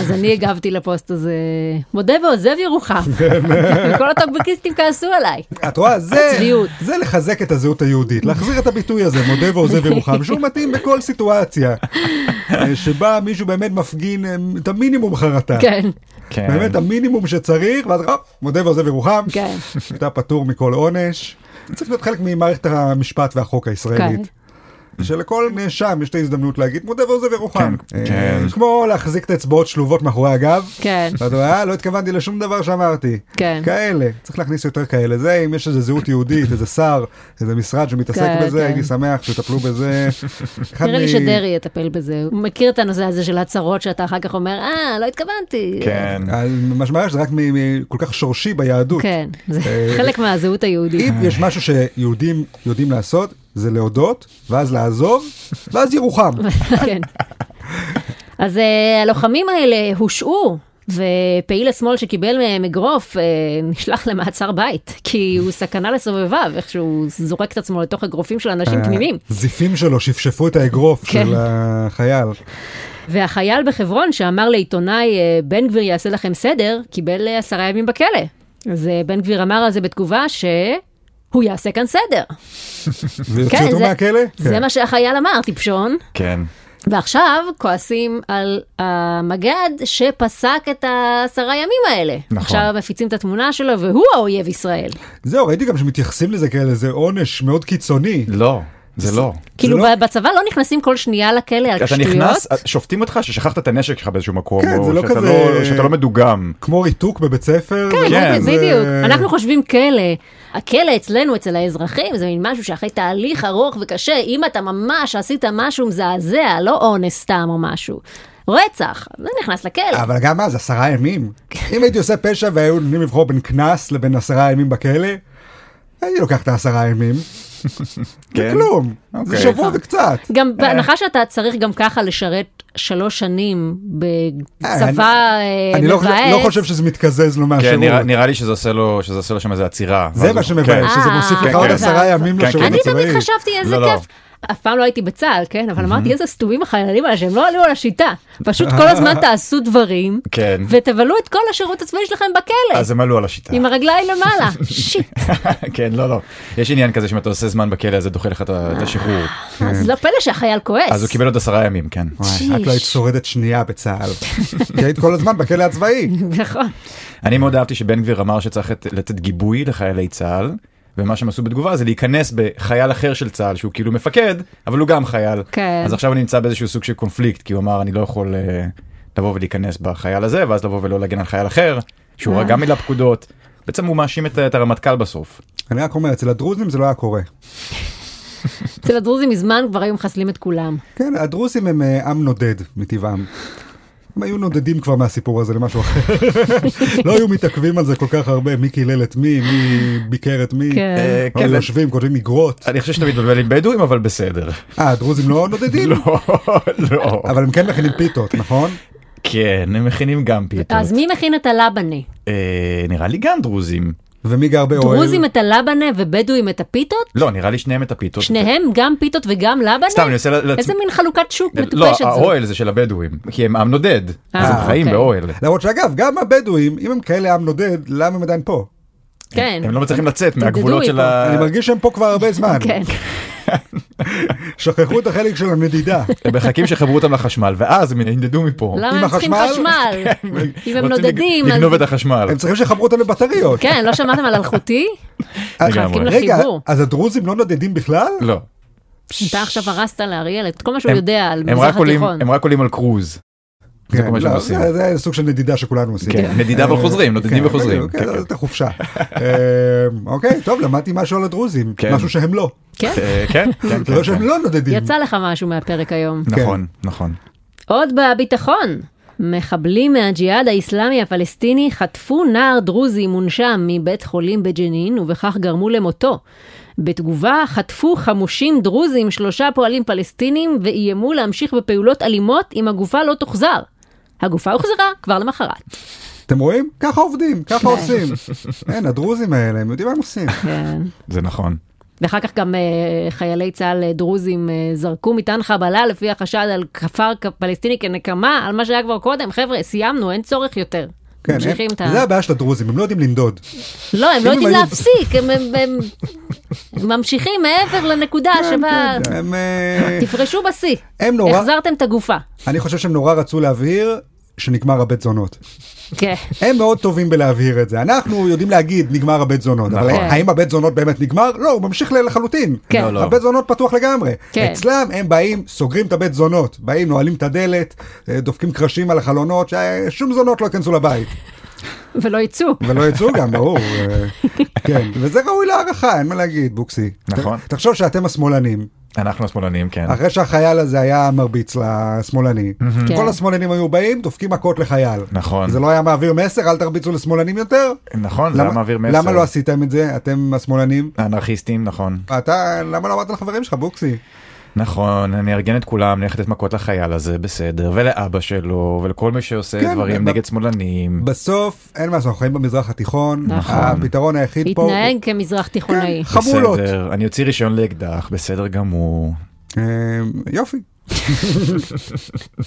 אז אני הגבתי לפוסט הזה, מודה ועוזב ירוחם. וכל הטוקבקיסטים כעסו עליי. את רואה, זה, הצביעות. זה לחזק את הזהות היהודית, להחזיר את הביטוי הזה, מודה ועוזב ירוחם, שהוא מתאים בכל סיטואציה, אה, שבה מישהו באמת מפגין אה, את המינימום חרטה. כן, כן. באמת המינימום שצריך, ואז הופ, מודה ועוזב ירוחם, כן. אתה פטור מכל עונש. זה צריך להיות חלק ממערכת המשפט והחוק הישראלית. כן. שלכל נאשם יש את ההזדמנות להגיד מודה ועוזב ירוחם. כן, אה, כן. כמו להחזיק את האצבעות שלובות מאחורי הגב. כן. ואתה אומר, "אה, לא התכוונתי לשום דבר שאמרתי. כן. כאלה, צריך להכניס יותר כאלה. זה, אם יש איזה זהות יהודית, איזה שר, איזה משרד שמתעסק כן, בזה, כן. הייתי שמח שיטפלו בזה. אחד נראה לי מ- שדרעי יטפל בזה, הוא מכיר את הנושא הזה של הצהרות שאתה אחר כך אומר, אה, לא התכוונתי. כן. אה. המשמעות שזה רק מ- מ- כל כך שורשי ביהדות. כן, זה אה, חלק מהזהות היהודית. אם יש משהו שיהודים יודעים לעשות, זה להודות, ואז לעזוב, ואז ירוחם. כן. אז אה, הלוחמים האלה הושעו. ופעיל השמאל שקיבל מהם אגרוף אה, נשלח למעצר בית, כי הוא סכנה לסובביו, איך שהוא זורק את עצמו לתוך אגרופים של אנשים תמימים. הזיפים שלו שפשפו את האגרוף כן. של החייל. והחייל בחברון שאמר לעיתונאי, אה, בן גביר יעשה לכם סדר, קיבל אה, עשרה ימים בכלא. אז אה, בן גביר אמר על זה בתגובה ש... הוא יעשה כאן סדר. ויוציאו אותו זה- מהכלא? זה כן. מה שהחייל אמר, טיפשון. כן. ועכשיו כועסים על המג"ד שפסק את העשרה ימים האלה. נכון. עכשיו מפיצים את התמונה שלו והוא האויב ישראל. זהו, ראיתי גם שמתייחסים לזה כאל איזה עונש מאוד קיצוני. לא, זה לא. כאילו לא- ב- בצבא לא נכנסים כל שנייה לכלא על אתה שטויות. נכנס, אה, שופטים אותך ששכחת את הנשק שלך באיזשהו מקום, כן, זה או לא שאתה כזה- לא- שאתה לא מדוגם. כמו ריתוק בבית ספר. כן, כן, זה... זה- בדיוק. אנחנו חושבים כלא. הכלא אצלנו, אצל האזרחים, זה מין משהו שאחרי תהליך ארוך וקשה, אם אתה ממש עשית משהו מזעזע, לא אונס סתם או משהו. רצח, זה נכנס לכלא. אבל גם אז עשרה ימים. אם הייתי עושה פשע והיו נותנים לבחור בין קנס לבין עשרה ימים בכלא, הייתי לוקח את העשרה ימים. זה כן? כלום. זה אוקיי. שבוע וקצת. גם בהנחה שאתה צריך גם ככה לשרת שלוש שנים בצבא אה, אה, אני לא חושב- מבאס. לא חושב שזה מתקזז לו מהשירות. כן, נראה- נראה לי שזה עושה לו שזה עושה לו שם איזה עצירה. זה ואז מה הוא- כן. שמבאס, שזה אה, מוסיף לך כן, עוד כן. עשרה ימים כן, לשירות כן. אני הצבאי. תמיד חשבתי איזה לא, לא. כיף. אף פעם לא הייתי בצה"ל, כן? אבל אמרתי איזה סתומים החיילים האלה שהם לא עלו על השיטה. פשוט כל אה. הזמן תעשו דברים, כן. ותבלו את כל השירות הצבאי שלכם בכלא, אז הם עלו על השיטה. עם הרגליים למעלה. שיט. כן, לא, לא. יש עניין כזה שאם אתה עושה זמן בכלא אז זה דוחה לך את ה- את השחרור. אז לא פלא שהחייל כועס. אז הוא קיבל עוד עשרה ימים, כן. וואי, את לא היית שורדת שנייה בצה"ל. כי היית כל הזמן בכלא הצבאי. נכון. אני מאוד אהבתי שבן גביר אמר שצריך לת- לתת גיבוי לחיילי צה"ל. ומה שהם עשו בתגובה זה להיכנס בחייל אחר של צה"ל שהוא כאילו מפקד אבל הוא גם חייל כן. אז עכשיו אני נמצא באיזשהו סוג של קונפליקט כי הוא אמר אני לא יכול אה, לבוא ולהיכנס בחייל הזה ואז לבוא ולא להגן על חייל אחר שהוא אה. רק גם מילא פקודות בעצם הוא מאשים את, את הרמטכ"ל בסוף. אני רק אומר, אצל הדרוזים זה לא היה קורה. אצל הדרוזים מזמן כבר היו מחסלים את כולם. כן, הדרוזים הם אה, עם נודד מטבעם. הם היו נודדים כבר מהסיפור הזה למשהו אחר. לא היו מתעכבים על זה כל כך הרבה, מי קילל את מי, מי ביקר את מי. כן. אה, הם היו כן, אה, יושבים, כותבים אגרות. אני חושב שאתה מתבלבל עם בדואים אבל בסדר. אה, הדרוזים לא נודדים? לא, לא. אבל הם כן מכינים פיתות, נכון? כן, הם מכינים גם פיתות. אז מי מכין את הלבנה? אה, נראה לי גם דרוזים. ומי גר באוהל? דרוזים את הלבנה ובדואים את הפיתות? לא, נראה לי שניהם את הפיתות. שניהם גם פיתות וגם לבנה? אוקיי. סתם, אני עושה לעצמי... איזה מין חלוקת שוק לא, מטופשת זאת. האוהל זה של הבדואים, כי הם עם נודד, אה, אז הם חיים אוקיי. באוהל. למרות שאגב, גם הבדואים, אם הם כאלה עם נודד, למה הם עדיין פה? כן. הם לא מצליחים לצאת תדדו מהגבולות של איתו. ה... אני מרגיש שהם פה כבר הרבה זמן. כן. שכחו את החלק של הנדידה. הם מחכים שיחברו אותם לחשמל, ואז הם ינדדו מפה. למה עם הם צריכים החשמל? חשמל? אם הם כן, רוצים נודדים, לג- אז... לגנוב את החשמל. הם צריכים שיחברו אותם לבטריות. כן, לא שמעתם על אלחוטי? מחכים לגמרי. רגע, לחיבור. אז הדרוזים לא נודדים בכלל? לא. אתה עכשיו הרסת לאריאל את כל מה שהוא הם- יודע על הם מזרח רק עולים- התיכון. הם רק עולים על קרוז. זה כל כן, מה שהם לא, עושים. זה- זה סוג של נדידה שכולנו עושים. כן, נדידה אבל אה, חוזרים, נודדים כן, וחוזרים. בדיוק, כן, כן, זאת כן. זאת החופשה. אה, אוקיי, טוב, למדתי משהו על הדרוזים. כן. משהו שהם לא. כן, אה, כן, כן, זה לא כן. שהם כן. לא נודדים. יצא לך משהו מהפרק היום. נכון, נכון. עוד בביטחון. מחבלים מהג'יהאד האיסלאמי הפלסטיני חטפו נער דרוזי מונשם מבית חולים בג'נין ובכך גרמו למותו. בתגובה חטפו חמושים דרוזים שלושה פועלים פלסטינים ואיימו להמשיך בפעולות אלימות אם הגופה לא תוחזר. הגופה הוחזרה כבר למחרת. אתם רואים? ככה עובדים, ככה עושים. אין, הדרוזים האלה, הם יודעים מה הם עושים. כן. זה נכון. ואחר כך גם אה, חיילי צה"ל אה, דרוזים אה, זרקו מטען חבלה לפי החשד על כפר כ- פלסטיני כנקמה על מה שהיה כבר קודם. חבר'ה, סיימנו, אין צורך יותר. כן, ממשיכים הם- את ה... זה הבעיה של הדרוזים, הם לא יודעים לנדוד. לא, הם אם לא הם יודעים היו- להפסיק, הם- הם הם- הם ממשיכים מעבר לנקודה שבה... הם, אה, תפרשו בשיא, כן, הם נורא- החזרתם את הגופה. אני חושב שהם נורא רצו להבהיר שנגמר הבית זונות. כן. הם מאוד טובים בלהבהיר את זה. אנחנו יודעים להגיד נגמר הבית זונות, אבל נכון. האם הבית זונות באמת נגמר? לא, הוא ממשיך ל- לחלוטין. כן. לא, לא. הבית זונות פתוח לגמרי. כן. אצלם הם באים, סוגרים את הבית זונות, באים, נועלים את הדלת, אה, דופקים קרשים על החלונות, ששום זונות לא ייכנסו לבית. ולא יצאו. ולא יצאו גם, ברור. אה, כן, וזה ראוי להערכה, אין מה להגיד, בוקסי. נכון. ת- תחשוב שאתם השמאלנים, אנחנו השמאלנים, כן. אחרי שהחייל הזה היה מרביץ לשמאלני, כן. כל השמאלנים היו באים, דופקים מכות לחייל. נכון. זה לא היה מעביר מסר, אל תרביצו לשמאלנים יותר? נכון, זה היה למה- מעביר מסר. למה לא עשיתם את זה, אתם השמאלנים? אנרכיסטים, נכון. אתה, למה לא אמרת לחברים שלך, בוקסי? נכון, אני ארגן את כולם, נלך לתת מכות לחייל הזה, בסדר, ולאבא שלו, ולכל מי כן, שעושה דברים ב- נגד שמאלנים. בסוף, אין מה, אנחנו חיים במזרח התיכון, נכון. הפתרון היחיד פה... הוא- התנהג כמזרח תיכונאי. חמולות. בסדר, אני אוציא רישיון לאקדח, בסדר גמור. אה, יופי.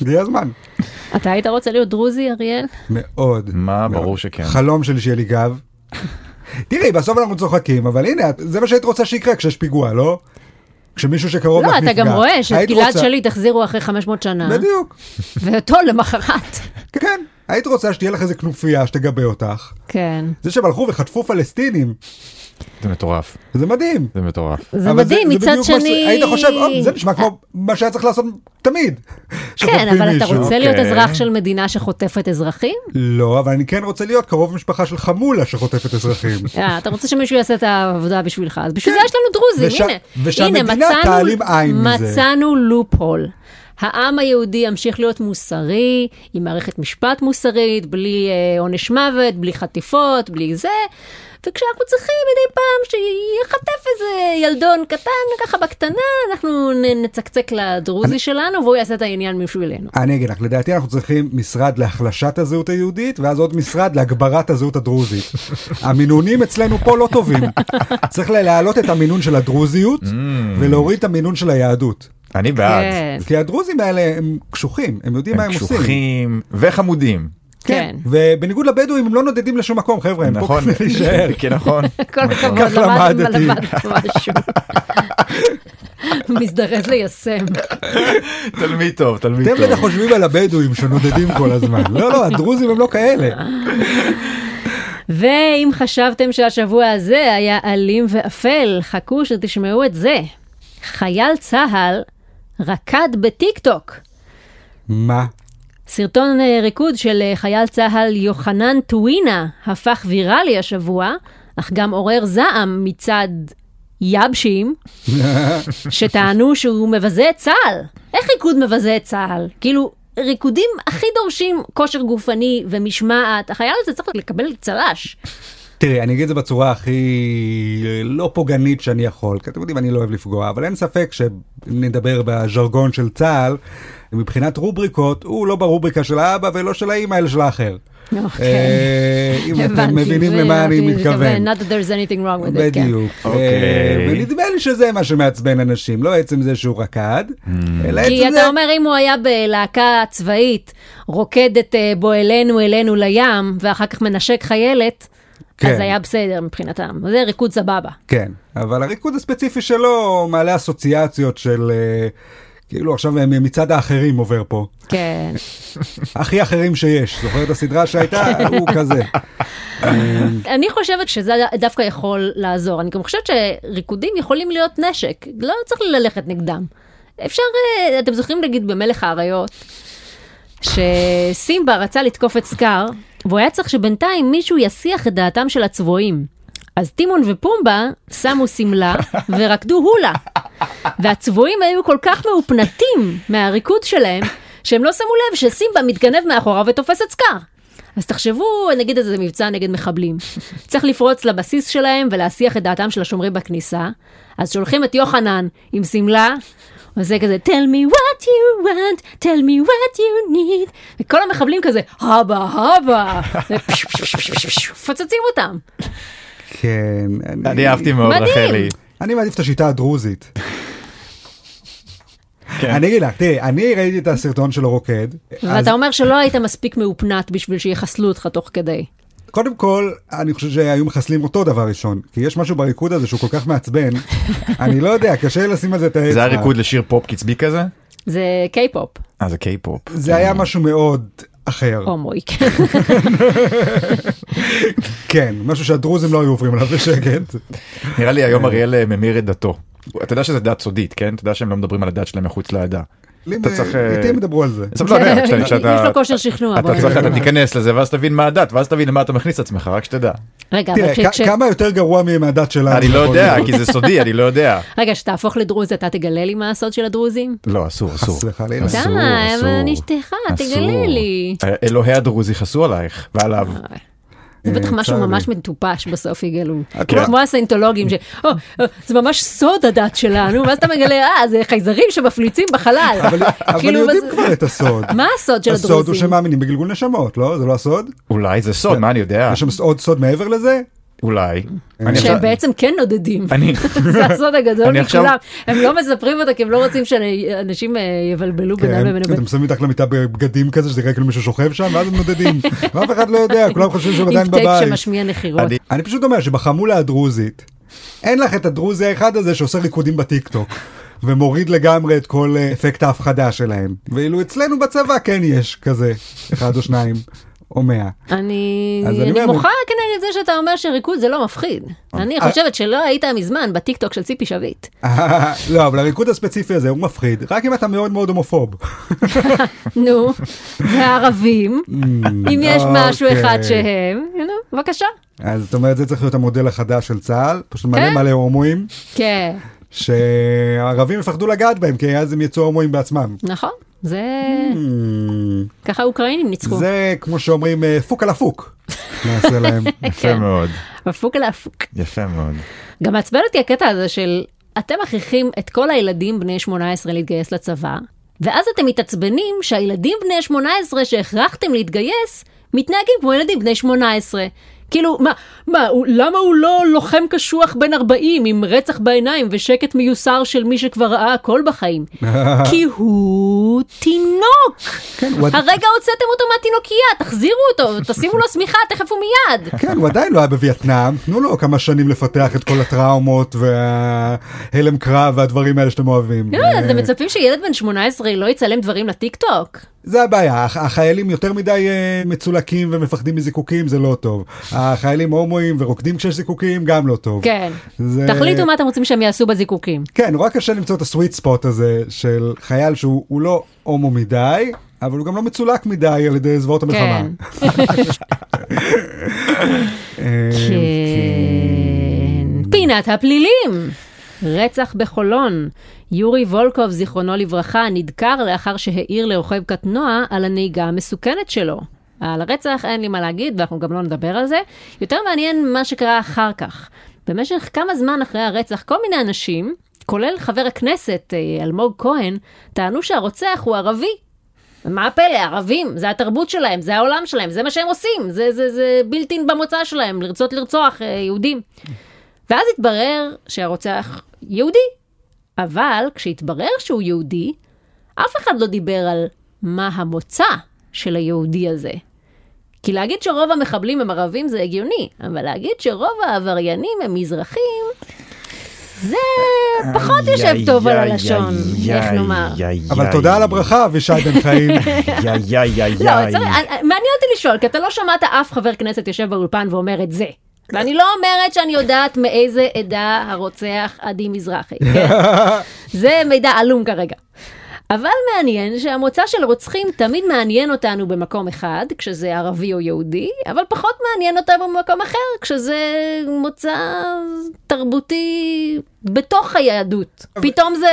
הגיע הזמן. כן. אתה היית רוצה להיות דרוזי, אריאל? מאוד. מה, מאוד. ברור שכן. חלום שלי שיהיה לי גב. תראי, בסוף אנחנו צוחקים, אבל הנה, את- זה מה שהיית רוצה שיקרה כשיש פיגוע, לא? כשמישהו שקרוב לך לא, נפגע. אתה גם רואה שאת היית גלעד רוצה- שליט החזירו אחרי 500 שנה, בדיוק, ואותו למחרת. כן. היית רוצה שתהיה לך איזה כנופיה שתגבה אותך. כן. זה שהם הלכו וחטפו פלסטינים, זה מטורף, זה מדהים. זה מטורף. זה אבל מדהים, מצד בדיוק מה ש- שני... היית חושב, "או, זה נשמע כמו מה שהיה צריך לעשות תמיד. כן, שחוטפים אבל אתה מישהו. רוצה להיות אוקיי. אזרח של מדינה שחוטפת אזרחים? לא, אבל אני כן רוצה להיות קרוב משפחה של חמולה שחוטפת אזרחים. אה, אתה רוצה שמישהו יעשה את העבודה בשבילך, אז בשביל כן. זה יש לנו דרוזים, ושה- הנה. ושהמדינה הנה, מצאנו- תעלים עין מזה. מצאנו לופהול. העם היהודי ימשיך להיות מוסרי, עם מערכת משפט מוסרית, בלי אה, עונש מוות, בלי חטיפות, בלי זה. וכשאנחנו צריכים מדי פעם שיחטף איזה ילדון קטן, ככה בקטנה, אנחנו נ- נצקצק לדרוזי שלנו, והוא יעשה את העניין בשבילנו. אני אגיד לך, לדעתי אנחנו צריכים משרד להחלשת הזהות היהודית, ואז עוד משרד להגברת הזהות הדרוזית. המינונים אצלנו פה לא טובים. צריך לה- להעלות את המינון של הדרוזיות, Mm. ולהוריד את המינון של היהדות. אני בעד. כן, כי הדרוזים האלה הם קשוחים, הם יודעים מה הם הם עושים. קשוחים וחמודים. כן. ובניגוד לבדואים הם לא נודדים לשום מקום, חבר'ה, הם פה נכון, כדי להישאר. כן, נכון. כל הכבוד, כך למד- למדתי. למדת משהו. מזדרז ליישם. תלמיד טוב, תלמיד אתם בטח טוב. חושבים על הבדואים שנודדים כל הזמן. לא, לא, הדרוזים הם לא כאלה. ואם חשבתם שהשבוע הזה היה אלים ואפל, חכו שתשמעו את זה. חייל צה"ל רקד בטיקטוק. מה? סרטון אה, ריקוד של אה, חייל צה"ל יוחנן טווינה הפך ויראלי השבוע, אך גם עורר זעם מצד יבשים, שטענו שהוא מבזה את צה"ל. איך ריקוד מבזה את צה"ל? כאילו, ריקודים הכי דורשים כושר גופני ומשמעת. החייל הזה צריך לקבל צל"ש. תראי, אני אגיד את זה בצורה הכי לא פוגענית שאני יכול, כי אתם יודעים, אני לא אוהב לפגוע, אבל אין ספק שנדבר בז'רגון של צה"ל, מבחינת רובריקות, הוא לא ברובריקה של האבא ולא של האימא, אלא של האחר. אוקיי. אה, אם אתם הבנתי, מבינים זה- למה אני אוקיי, זה מתכוון. Not that there's anything wrong with it, כן. בדיוק. אוקיי. אה, ונדמה לי שזה מה שמעצבן אנשים, לא עצם זה שהוא רקד, אלא עצם כי זה... אתה אומר, אם הוא היה בלהקה צבאית, רוקדת אה, בו אלינו אלינו לים, ואחר כך מנשק חיילת, כן. אז היה בסדר מבחינתם. זה ריקוד סבבה. כן, אבל הריקוד הספציפי שלו מעלה אסוציאציות של... אה, כאילו עכשיו מצד האחרים עובר פה, כן. הכי אחרים שיש, זוכר את הסדרה שהייתה? הוא כזה. אני חושבת שזה דווקא יכול לעזור. אני גם חושבת שריקודים יכולים להיות נשק, לא צריך ללכת נגדם. אפשר, אה, אתם זוכרים נגיד במלך האריות, שסימבה רצה לתקוף את סקאר, והוא היה צריך שבינתיים מישהו יסיח את דעתם של הצבועים. אז טימון ופומבה שמו שמלה ורקדו הולה. והצבועים היו כל כך מאופנתים מהריקוד שלהם, שהם לא שמו לב שסימבה מתגנב מאחוריו ותופס את סקאר. אז תחשבו, נגיד איזה מבצע נגד מחבלים. צריך לפרוץ לבסיס שלהם ולהסיח את דעתם של השומרים בכניסה. אז שולחים את יוחנן עם שמלה, וזה כזה, tell me what you want, tell me what you need. וכל המחבלים כזה, הבה, הבה. ופש, פש, פש, פש, פש, פש, מפוצצים אותם. כן, אני אהבתי מאוד, מדהים. רחלי. אני מעדיף את השיטה הדרוזית. כן. אני אגיד לך, תראי, אני ראיתי את הסרטון שלו רוקד. אז ואתה אומר שלא היית מספיק מאופנת בשביל שיחסלו אותך תוך כדי. קודם כל, אני חושב שהיו מחסלים אותו דבר ראשון, כי יש משהו בריקוד הזה שהוא כל כך מעצבן, אני לא יודע, קשה לי לשים על זה את האצבע. זה היה ריקוד לשיר פופ קצבי כזה? זה קיי-פופ, אה, זה קיי פופ. זה היה משהו מאוד אחר. הומואי, כן. כן, משהו שהדרוזים לא היו עוברים עליו בשקט. נראה לי היום אריאל אה, ממיר את דתו. אתה יודע שזה דת סודית, כן? אתה יודע שהם לא מדברים על הדת שלהם מחוץ לעדה. לי- אתה צריך... אה, איתי הם ידברו על זה. עזוב, לא יודע, כשאתה- כן, יש כשאתה- לו כושר שכנוע. אתה בוא צריך, נגיד. אתה תיכנס לזה ואז תבין מה הדת, ואז תבין למה אתה מכניס את עצמך, רק שתדע. רגע, אבל תראה, כש- כ- כש- כמה יותר גרוע מהמעדת שלנו. אני לא יודע, יכול כי זה סודי, אני לא יודע. רגע, כשתהפוך לדרוזי, אתה תגלה לי מה הסוד של הדרוזים? לא, אסור, אסור. חס וחלילה. די, אסור, אבל אסור. אני אשתך, תגלה אסור. לי. אה, אלוהי הדרוזי חסו עלייך ועליו. זה אה, בטח משהו צר לי. ממש מטופש בסוף יגלו. כן. כמו הסיינטולוגים, ש... "או, אה, זה ממש סוד הדת שלנו, ואז אתה מגלה, אה, זה חייזרים שמפליצים בחלל. אבל- אבל כאילו, יודעים ואז- כבר את הסוד. מה הסוד של הסוד הוא הדרוזים? שמאמינים בגלגול נשמות, לא? זה לא הסוד? אולי זה סוד, מה אני יודע? יש שם עוד סוד מעבר לזה? אולי. אני עכשיו- שהם בעצם כן נודדים. אני... זה הסוד הגדול אני עכשיו- מכולם. הם לא מספרים אותו כי הם לא רוצים שאנשים אה, יבלבלו בינם כן, לבין אתם הבין. שמים מתחת למיטה בבגדים כזה, שזה נראה כאילו מישהו שוכב שם, ואז הם נודדים. ואף אחד לא יודע, כולם חושבים שהם עדיין עם טייק בבית. שמשמיע נחירות. אני- אני פשוט אומר שבחמולה הדרוזית, אין לך את הדרוזי האחד הזה שעושה ריקודים בטיקטוק, ומוריד לגמרי את כל אה, אפקט ההפחדה שלהם. ואילו אצלנו בצבא כן יש כזה, אחד או שניים, או מאה. אני, אז אני אני אומר- אה, מוחה כנגד זה שאתה אומר שריקוד זה לא מפחיד. אני חושבת שלא היית מזמן בטיקטוק של ציפי שביט. לא, אבל הריקוד הספציפי הזה הוא מפחיד, רק אם אתה מאוד מאוד הומופוב. נו, והערבים, אם יש משהו Mm, אוקיי. אחד שהם, נו, בבקשה. אז זאת אומרת, זה צריך להיות המודל החדש של צה"ל, פשוט מלא כן. מלא הומואים, כן, שהערבים יפחדו לגעת בהם, כי אז הם יצאו הומואים בעצמם. נכון, זה... ככה האוקראינים ניצחו. Mm. זה כמו שאומרים, אה, פוק על הפוק. נעשה להם. יפה מאוד, הפוק על הפוק. יפה מאוד. גם מעצבן אותי הקטע הזה של אתם מכריחים את כל הילדים בני 18 להתגייס לצבא, ואז אתם מתעצבנים שהילדים בני 18 שהכרחתם להתגייס, מתנהגים כמו ילדים בני 18. כאילו, מה, מה, הוא, למה הוא לא לוחם קשוח בן 40 עם רצח בעיניים ושקט מיוסר של מי שכבר ראה הכל בחיים? כי הוא תינוק. כן, הוא עד- הרגע הוצאתם אותו מהתינוקייה, תחזירו אותו, תשימו לו שמיכה תכף ומיד. כן, הוא עדיין לא היה בווייטנאם, תנו לו כמה שנים לפתח את כל הטראומות וההלם קרב והדברים האלה שאתם אוהבים. לא, אתם אה, מצפים שילד בן 18 לא יצלם דברים לטיקטוק? זה הבעיה, הח- החיילים יותר מדי אה, מצולקים ומפחדים מזיקוקים, זה לא טוב. החיילים הומואים ורוקדים כשיש זיקוקים, גם לא טוב. כן. זה- תחליטו מה אתם רוצים שהם יעשו בזיקוקים. כן, נורא קשה למצוא את הסוויט ספוט הזה של חייל שהוא הוא לא הומו מדי, אבל הוא גם לא מצולק מדי על ידי זוועות המלחמה. כן. אה, כן. פינת הפלילים! רצח בחולון. יורי וולקוב, זיכרונו לברכה, נדקר לאחר שהעיר לרוכב קטנוע על הנהיגה המסוכנת שלו. על הרצח, אין לי מה להגיד, ואנחנו גם לא נדבר על זה. יותר מעניין מה שקרה אחר כך. במשך כמה זמן אחרי הרצח, כל מיני אנשים, כולל חבר הכנסת אה, אלמוג כהן, טענו שהרוצח הוא ערבי. מה הפלא, ערבים, זה התרבות שלהם, זה העולם שלהם, זה מה שהם עושים, זה, זה, זה בלתי במוצא שלהם, לרצות לרצוח אה, יהודים. ואז התברר שהרוצח יהודי, אבל כשהתברר שהוא יהודי, אף אחד לא דיבר על מה המוצא של היהודי הזה. כי להגיד שרוב המחבלים הם ערבים זה הגיוני, אבל להגיד שרוב העבריינים הם מזרחים, זה פחות יושב טוב על הלשון, איך נאמר. אבל תודה על הברכה, אבישי בן חיים. יא יא יא יא. לא, צריך- אני- מעניין אותי לשאול, כי אתה לא שמעת אף חבר כנסת יושב באולפן ואומר את זה. ואני לא אומרת שאני יודעת מאיזה עדה הרוצח עדי מזרחי. כן? זה מידע עלום כרגע. אבל מעניין שהמוצא של רוצחים תמיד מעניין אותנו במקום אחד, כשזה ערבי או יהודי, אבל פחות מעניין אותנו במקום אחר, כשזה מוצא תרבותי בתוך היהדות. פתאום זה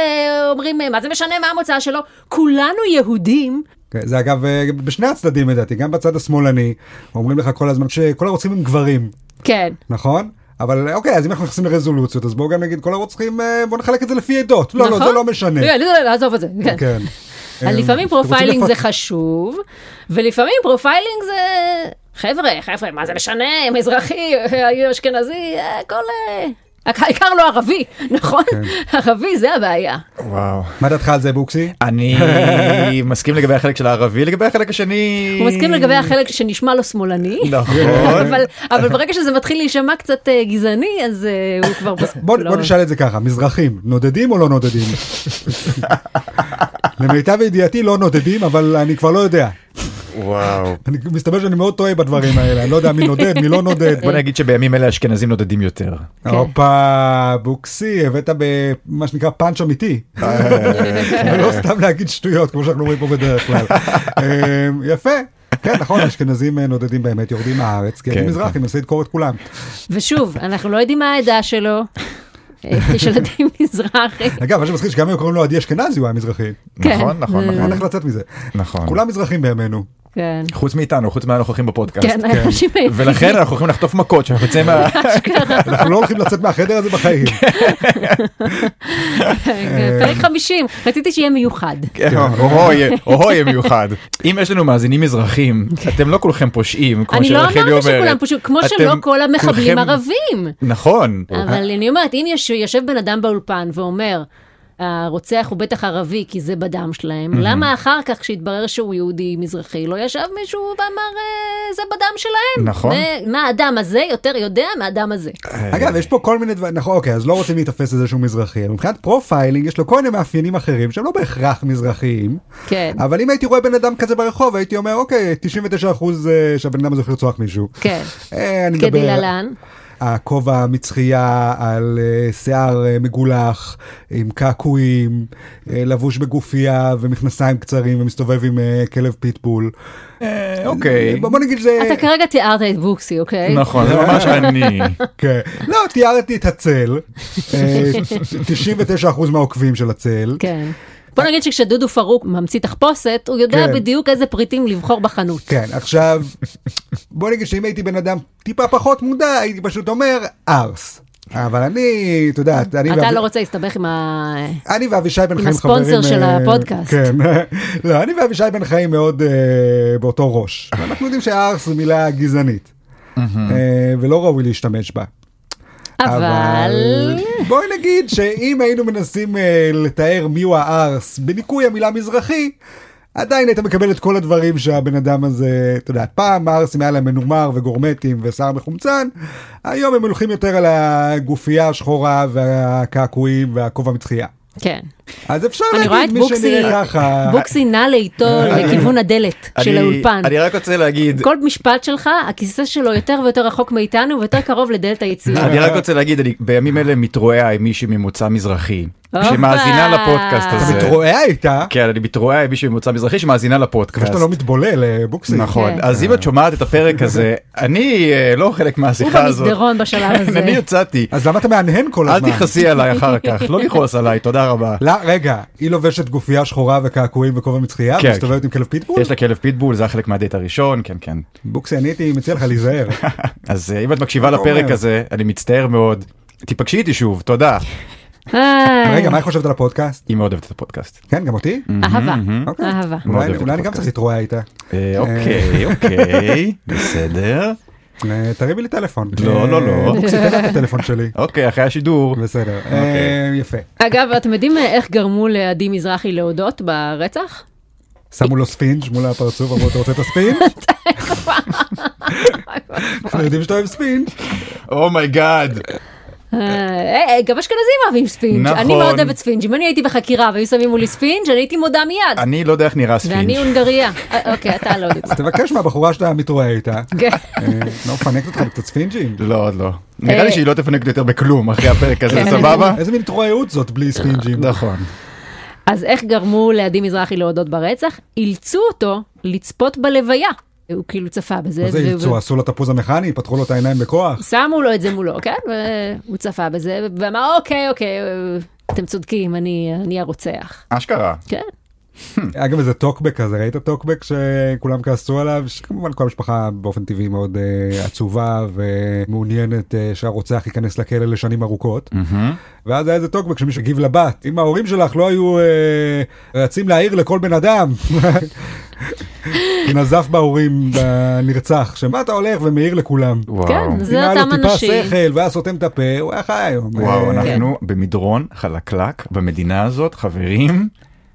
אומרים, מה זה משנה מה המוצא שלו? כולנו יהודים, כן, זה אגב אה, בשני הצדדים לדעתי, גם בצד השמאלני, אומרים לך כל הזמן שכל הרוצחים הם גברים, כן. נכון? אבל אה, אוקיי, אז אם אנחנו נכנסים לרזולוציות, אז בואו גם נגיד כל הרוצחים, אה, בואו נחלק את זה לפי עדות. לא, לא, נכון? זה לא משנה. רגע, לא, לא, לא, עזוב את זה. כן. כן. אז לפעמים אתם רוצים פרופיילינג זה לפ- חשוב, ולפעמים פרופיילינג זה... חבר'ה, חבר'ה, מה זה משנה, מזרחי, אשכנזי, אה, כל... אה, העיקר לא ערבי, נכון? כן. ערבי זה הבעיה. וואו. מה דעתך על זה, בוקסי? אני מסכים לגבי החלק של הערבי, לגבי החלק השני... אה. הוא מסכים לגבי החלק שנשמע לו שמאלני, נכון. אבל- אבל ברגע שזה מתחיל להישמע קצת אה, גזעני, אז אה, הוא כבר... בס- בוא, לא. בוא נשאל את זה ככה, מזרחים, נודדים או לא נודדים? למיטב ידיעתי לא נודדים, אבל אני כבר לא יודע. וואו. אני מסתבר שאני מאוד טועה בדברים האלה, אני לא יודע מי נודד, מי לא נודד. בוא נגיד שבימים אלה אשכנזים נודדים יותר. כן. הופה, בוקסי, הבאת במה שנקרא פאנץ' אמיתי. לא סתם להגיד שטויות, כמו שאנחנו אומרים פה בדרך כלל. אמ, יפה. כן, נכון, האשכנזים אה, נודדים באמת, יורדים מהארץ, כי אני כן, מזרחי, מנסה לדקור את כולם. ושוב, אנחנו לא יודעים מה העדה שלו. אה, של עדי מזרחי. אגב, מה שמצחיק שגם אם היו קוראים לו עדי אשכנזי, הוא היה מזרחי. כן. נכון, נכון, מה נכון. הולך לצאת מזה? נכון. כולם מזרחים בימינו. כן. חוץ מאיתנו, חוץ מהנוכחים בפודקאסט. כן, האנשים היחידים. ולכן אנחנו הולכים לחטוף מכות שאנחנו יוצאים מה... אנחנו לא הולכים לצאת מהחדר הזה בחיים. כן, אה, פרק 50, רציתי שיהיה מיוחד. כן. אוהוי, אוהוי מיוחד. אם יש לנו מאזינים מזרחים, אתם לא כולכם פושעים, כמו אני לא שרחלי אומרת. אמרתי שכולם פשוט, כמו שלא אתם כל המחבלים כולכם- ערבים. נכון. אבל אני אומרת, אם יש- יושב בן אדם באולפן ואומר, הרוצח הוא בטח ערבי כי זה בדם שלהם, למה אחר כך כשהתברר שהוא יהודי מזרחי לא ישב מישהו ואמר, "אה, זה בדם שלהם? נכון. מה- מה האדם הזה יותר יודע מהאדם הזה? אגב, יש פה כל מיני דברים, נכון, אוקיי, אז לא רוצים להיתפס לזה שהוא מזרחי. אבל מבחינת פרופיילינג יש לו כל מיני מאפיינים אחרים שהם לא בהכרח מזרחיים. אה, כן. אבל אם הייתי רואה בן אדם כזה ברחוב הייתי אומר אוקיי 99% אה, שהבן אדם הזה הולך לרצוח מישהו. כן. אה, אני מדבר כדלהלן. הכובע מצחייה על אה, שיער אה, מגולח עם קעקועים אה, לבוש בגופייה ומכנסיים קצרים ומסתובב עם אה, כלב פיטבול. אה, אוקיי. בוא בוא נגיד שזה אתה כרגע תיארת את בוקסי, אוקיי? נכון, זה ממש אני. כן. לא תיארתי את הצל אה, 99% מהעוקבים של הצל. כן. בוא נגיד שכשדודו פרוק ממציא תחפושת, הוא יודע כן. בדיוק איזה פריטים לבחור בחנות. כן, עכשיו, בוא נגיד שאם הייתי בן אדם טיפה פחות מודע, הייתי פשוט אומר ארס. אבל אני, את יודעת, אני אתה ואבי- לא רוצה להסתבך עם ה... אני ואבישי בן עם חיים חברים... הספונסר של אה, הפודקאסט. כן. לא, אני ואבישי בן חיים מאוד אה, באותו ראש. אנחנו יודעים שארס זו מילה גזענית. אה, ולא ראוי להשתמש בה. אבל... בואי נגיד שאם היינו מנסים אה, לתאר מיהו הארס בניקוי המילה מזרחי, עדיין היית מקבל את כל הדברים שהבן אדם הזה, אתה יודע, פעם הארסים היה להם מנומר וגורמטים ושיער מחומצן, היום הם הולכים יותר על הגופייה השחורה והקעקועים והכובע מצחייה. כן. אז אפשר אני רואה את להגיד מי בוקסי, שנראה ככה. בוקסי נע לאיתו לכיוון הדלת של אני- האולפן. אני רק רוצה להגיד, כל משפט שלך, הכיסא שלו יותר ויותר רחוק אה, מאיתנו ויותר קרוב לדלת היציאה. אני רק רוצה להגיד, אני בימים אלה מתרועע עם מישהי ממוצא מזרחי, שמאזינה לפודקאסט אתה הזה. מתרועע איתה, כן, אני מתרועע עם מישהי ממוצא מזרחי שמאזינה מקווה לפודקאסט. שאתה לא מתבולל, אה, בוקסי. נכון, כן. אז אם את שומעת את הפרק הזה, אני אה, לא חלק הוא מהשיחה הזאת. במסדרון בשלב הזה. אני יצאתי, אז למה אתה מהנהן כל אל הזמן? תכעסי עליי אחר כך, לא לכעוס עליי, תודה רבה. לא, רגע, היא לובשת גופייה שחורה וקעקועים וכובע מצחייה, כן. ומסתובבת עם כלב פיטבול? יש לה כלב פיטבול, זה היה חלק מהדייט הראשון, כן כן. בוקסי, אני הייתי מציע לך להיזהר. אז אה, אם את מקשיבה לא לפרק אומר. הזה, אני מצטער מאוד. תיפגשי איתי שוב, תודה. אה, רגע, מה היא חושבת על הפודקאסט? היא מאוד אוהבת את הפודקאסט. כן, גם אותי? אהבה, אוקיי. אהבה. אולי- Mm-hmm. מאוד אוהבת אולי אני גם הפודקאסט. צריך להתרועע איתה. אה, אוקיי, אוקיי, בסדר. אה, תרימי לי טלפון. לא, לא, לא. אה, בוקסי, תן לה את הטלפון שלי. אוקיי, אחרי השידור. בסדר. אה, אוקיי. יפה. אגב, אתם יודעים אה, איך גרמו לעדי מזרחי להודות ברצח? שמו לו ספינג' מול הפרצוף, אמרו, אתה רוצה את הספינג'? אנחנו יודעים שאתה אוהב ספינג'. Oh אומייגאד. אה, אה, גם אשכנזים אוהבים ספינג'. נכון. אני מאוד אוהבת ספינג'. אם אני הייתי בחקירה והיו שמים מולי ספינג', אני הייתי מודה מיד. אני לא יודע איך נראה ואני ספינג'. הונגריה. אה, אוקיי, אתה לא יודע. אז תבקש מהבחורה שאתה מתרועע איתה. כן. אה, לא, מפנקת אותך בקצת ספינג'ים. לא, עוד לא. נראה לי שהיא לא תפנק יותר בכלום אחרי הפרק הזה, אה. כן. סבבה? איזה מין התרועעות זאת בלי ספינג'ים? נכון. אז איך גרמו לעדי מזרחי להודות ברצח? אילצו אותו לצפות בלוויה. הוא כאילו צפה בזה. מה זה ו- אילצו? עשו לו תפוז המכני? פתחו לו את העיניים בכוח? שמו לו את זה מולו, כן? והוא צפה בזה, ואמר, אוקיי, אוקיי, אה, אתם צודקים, אני, אני הרוצח. אשכרה. כן. היה גם איזה טוקבק כזה, ראית טוקבק שכולם כעסו עליו? שכמובן כל המשפחה באופן טבעי מאוד אה, עצובה ומעוניינת אה, שהרוצח ייכנס לכלא לשנים ארוכות. ואז היה איזה טוקבק שמישהו הגיב לבת, אם ההורים שלך לא היו אה, רצים להעיר לכל בן אדם. נזף בהורים בנרצח, שמה אתה הולך ומעיר לכולם. וואו. כן, אם זה היה לו אותם טיפה אנשים. שכל והיה סותם את הפה, הוא היה חי היום. וואו, אה, אנחנו כן. במדרון חלקלק במדינה הזאת, חברים.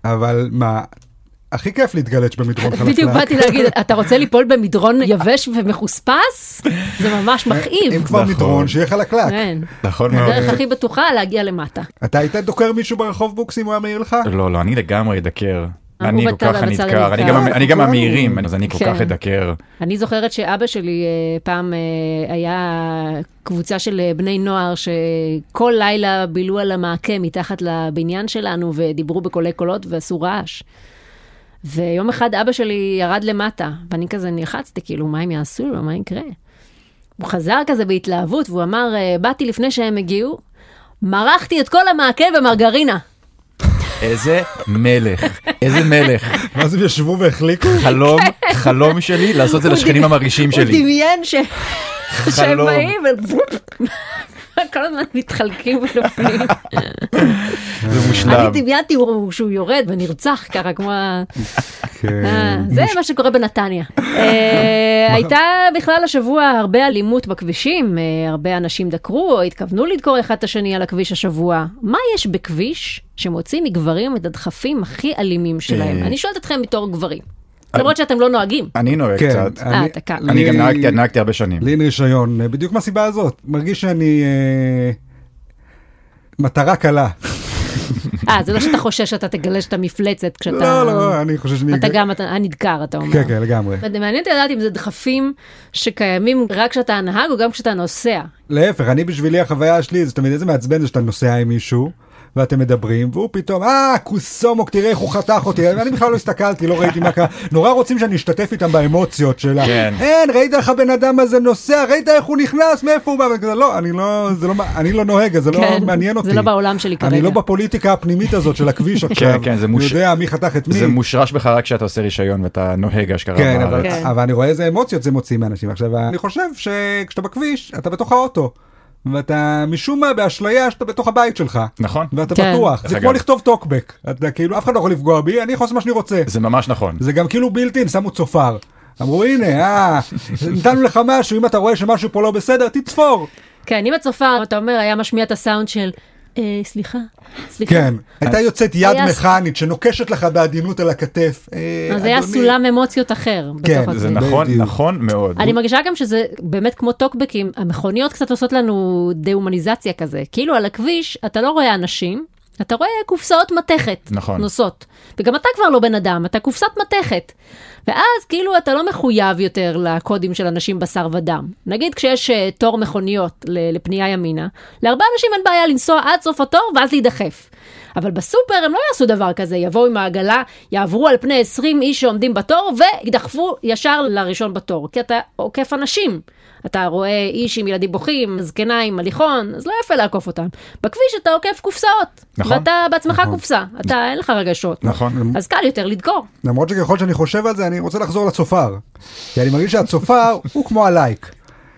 אבל מה, הכי כיף להתגלץ' במדרון חלקלק. בדיוק באתי להגיד, אתה רוצה ליפול במדרון יבש ומחוספס? זה ממש אם מכאיב. כבר נכון. מדרון, שיהיה חלקלק. כן. נכון מאוד. הדרך הכי בטוחה להגיע למטה. אתה היית דוקר מישהו ברחוב בוקס אם הוא היה מעיר לך? לא, לא, אני לגמרי אדקר. הוא אני כל בצד- כך בצד הנדקר, אני הנדקר. גם- אני גם כולנו. המהירים, אז אני כל כן. כך אדקר. אני זוכרת שאבא שלי אה, פעם אה, היה קבוצה של אה, בני נוער שכל לילה בילו על המעקה מתחת לבניין שלנו ודיברו בקולי קולות ועשו רעש. ויום אחד אבא שלי ירד למטה, ואני כזה נלחצתי, כאילו, מה הם יעשו לו, מה יקרה? הוא חזר כזה בהתלהבות, והוא אמר, אה, באתי לפני שהם הגיעו, מרחתי את כל המעקה במרגרינה. איזה מלך, איזה מלך. ואז הם ישבו והחליקו? אה, חלום, חלום שלי לעשות את זה כן. הוא לשכנים דמי- המרעישים הוא שלי. דמיין ש... שהם חלום. באים וכל הזמן מתחלקים ונופלים. זה מושלם. אני דמיינתי הוא- שהוא יורד ונרצח ככה כמו... ה- אה, כן. זה מה שקורה בנתניה. אה, הייתה בכלל השבוע הרבה אלימות בכבישים, אה, הרבה אנשים דקרו או התכוונו לדקור אחד את השני על הכביש השבוע. מה יש בכביש שמוציא מגברים את הדחפים הכי אלימים שלהם? אה. אני שואלת אתכם בתור גברים, למרות שאתם לא נוהגים. אני נוהג כן. קצת. אני- אה, אתה כאן. אני לי- גם נהגתי, אני נהגתי הרבה שנים. לי אין רישיון, אה, בדיוק מהסיבה הזאת. מרגיש שאני... אה, מטרה קלה. אה, זה לא שאתה חושש שאתה תגלש את המפלצת כשאתה... לא, לא, אני חושב שאני... אתה גם, אתה הנדקר, אתה אומר. כן, כן, לגמרי. אבל מעניין אותי לדעת אם זה דחפים שקיימים רק כשאתה הנהג או גם כשאתה נוסע. להפך, אני בשבילי החוויה שלי, זה תמיד איזה מעצבן זה שאתה נוסע עם מישהו. ואתם מדברים, והוא פתאום, אה, קוסומוק, תראה איך הוא חתך אותי, אני בכלל לא הסתכלתי, לא ראיתי מה קרה, נורא רוצים שאני אשתתף איתם באמוציות שלה. כן. אין, ראית איך הבן אדם הזה נוסע, ראית איך הוא נכנס, מאיפה הוא בא, ואני כזה, לא, אני לא, זה לא, מה- אני לא נוהג, אז זה לא כן, מעניין זה אותי. לא בעולם שלי אני כרגע. לא בפוליטיקה הפנימית הזאת של הכביש עכשיו. כן, זה אני מוש- יודע מי חתך את מי. זה מושרש בך רק כשאתה עושה רישיון ואתה נוהג אשכרה כן, אבל, בארץ. כן. אבל אני רואה איזה אמוציות זה מוציא מאנשים. עכשיו, אני חושב שכשאתה בכביש, אתה בתוך האוטו, ואתה משום מה באשליה שאתה בתוך הבית שלך. נכון. ואתה כן. בטוח, דרך זה אגב. כמו לכתוב טוקבק. אתה כאילו, אף אחד לא יכול לפגוע בי, אני יכול לעשות מה שאני רוצה. זה ממש נכון. זה גם כאילו בילטין, שמו צופר. אמרו, הנה, אה, נתנו לך משהו, אם אתה רואה שמשהו פה לא בסדר, תצפור. כן, אם הצופר, אתה אומר, היה משמיע את הסאונד של, אה, סליחה, סליחה. כן, הייתה יוצאת יד היה- מכנית שנוקשת לך בעדינות על הכתף. אה, אז היה אדוני. סולם אמוציות אחר כן, בתוך זה הכביש. נכון, בדיוק. נכון מאוד. אני מרגישה גם שזה באמת כמו טוקבקים, המכוניות קצת עושות לנו דה-הומניזציה כזה. כאילו על הכביש אתה לא רואה אנשים, אתה רואה קופסאות מתכת נכון. נוסעות. וגם אתה כבר לא בן אדם, אתה קופסת מתכת. ואז כאילו אתה לא מחויב יותר לקודים של אנשים בשר ודם. נגיד כשיש אה, תור מכוניות ל- לפנייה ימינה, להרבה אנשים אין בעיה לנסוע עד סוף התור ואז להידחף. אבל בסופר הם לא יעשו דבר כזה, יבואו עם העגלה, יעברו על פני 20 איש שעומדים בתור, וידחפו ישר לראשון בתור, כי אתה עוקף אנשים. אתה רואה איש עם ילדים בוכים, זקנה עם הליכון, אז לא יפה לעקוף אותם. בכביש אתה עוקף קופסאות. נכון. ואתה בעצמך נכון. קופסה, אתה אין לך רגשות. נכון. אז קל יותר לדקור. למרות שככל שאני חושב על זה, אני רוצה לחזור לצופר. כי אני מרגיש שהצופר הוא כמו הלייק.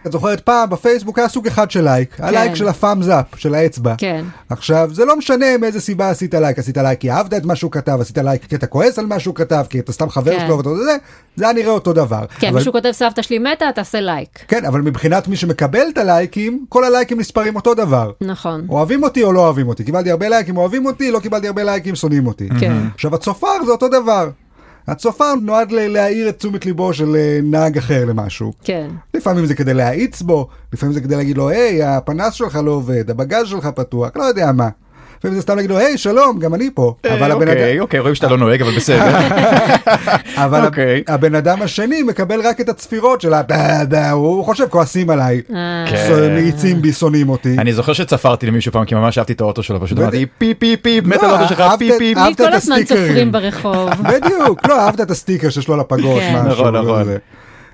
את זוכרת פעם בפייסבוק היה סוג אחד של לייק, הלייק של הפאמס אפ, של האצבע. כן. עכשיו, זה לא משנה מאיזה סיבה עשית לייק, עשית לייק כי אהבת את מה שהוא כתב, עשית לייק כי אתה כועס על מה שהוא כתב, כי אתה סתם חבר כן. שלו ואתה זה, זה היה נראה אותו דבר. כן, אבל- מישהו כותב סבתא שלי מתה, תעשה לייק. כן, אבל מבחינת מי שמקבל את הלייקים, כל הלייקים נספרים אותו דבר. נכון. אוהבים אותי או לא אוהבים אותי, קיבלתי הרבה לייקים אוהבים אותי, לא קיבלתי הרבה לייקים שונאים אותי. כן. עכשיו הצופר זה אותו דבר. הצופר נועד ל- להעיר את תשומת ליבו של אה, נהג אחר למשהו. כן. לפעמים זה כדי להאיץ בו, לפעמים זה כדי להגיד לו, היי, הפנס שלך לא עובד, הבגז שלך פתוח, לא יודע מה. לפעמים זה סתם להגיד לו, היי, שלום, גם אני פה. אבל הבן אדם- אוקיי, אוקיי, רואים שאתה לא נוהג, אבל בסדר. אבל אוקיי. הב- הבן אדם השני מקבל רק את הצפירות של ה... דה, דה, הוא חושב, כועסים עליי, אה, כן. ש- מאיצים בי, שונאים אותי. אני זוכר שצפרתי למישהו פעם, כי ממש אהבתי את האוטו שלו, פשוט בטח. אמרתי פי פי פי, מת לא, על האוטו שלך, אהבת- פי פי. אהבת לי כל את הזמן הסטיקרים. צופרים ברחוב. בדיוק, לא אהבת את הסטיקר שיש לו על הפגוש, כן. משהו. נכון, לא נכון. זה.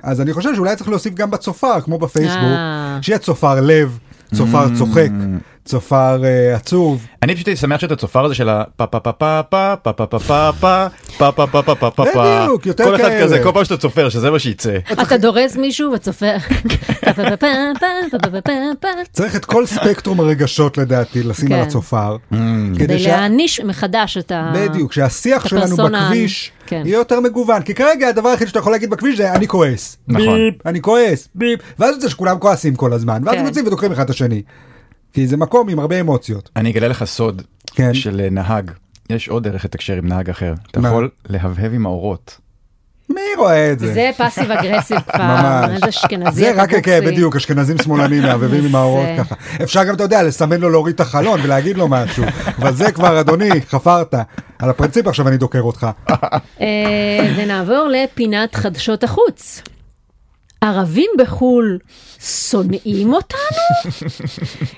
אז אני חושב שאולי צריך להוסיף גם בצופר, כמו בפייסבוק, אה. שיהיה צופר לב, צופר Mm. צוחק, צופר אה, עצוב. אני פשוט הייתי שמח שאת הצופר הזה של הפה פה פה פה פה פה פה פה פה פה פה פה פה פה פה פה בדיוק, יותר כל אחד כאלה. כזה, כל פעם שאתה צופר, שזה מה שייצא. אתה דורס מישהו וצופר. פה, פה, פה, פה, פה, פה, פה, פה, פה. צריך את כל ספקטרום הרגשות לדעתי לשים כן. על הצופר. Mm. כדי שה- להעניש מחדש את ה... בדיוק, שהשיח את שלנו הפרסונה, בכביש כן. יהיה יותר מגוון, כי כרגע הדבר היחיד שאתה יכול להגיד בכביש זה אני כועס. נכון. ביפ, אני כועס, ביפ, ואז זה שכולם כועסים כל הזמן, ואז כן. הם יוצאים ודוקרים אחד את השני. כי זה מקום עם הרבה אמוציות. אני אגלה לך סוד כן. של אה, נהג. יש עוד דרך לתקשר עם נהג אחר. אתה מה? יכול להבהב עם האורות. מי רואה את זה? זה פאסיב אגרסיב כבר, ממש. איזה אשכנזי. זה אתה רק, כן, בוקסי. בדיוק, אשכנזים שמאלנים מעבבים עם האורות זה. ככה. אפשר גם, אתה יודע, לסמן לו להוריד את החלון ולהגיד לו משהו. אבל זה כבר, אדוני, חפרת. על הפרינציפ עכשיו אני דוקר אותך. אה, ונעבור לפינת חדשות החוץ. ערבים בחו"ל שונאים אותנו?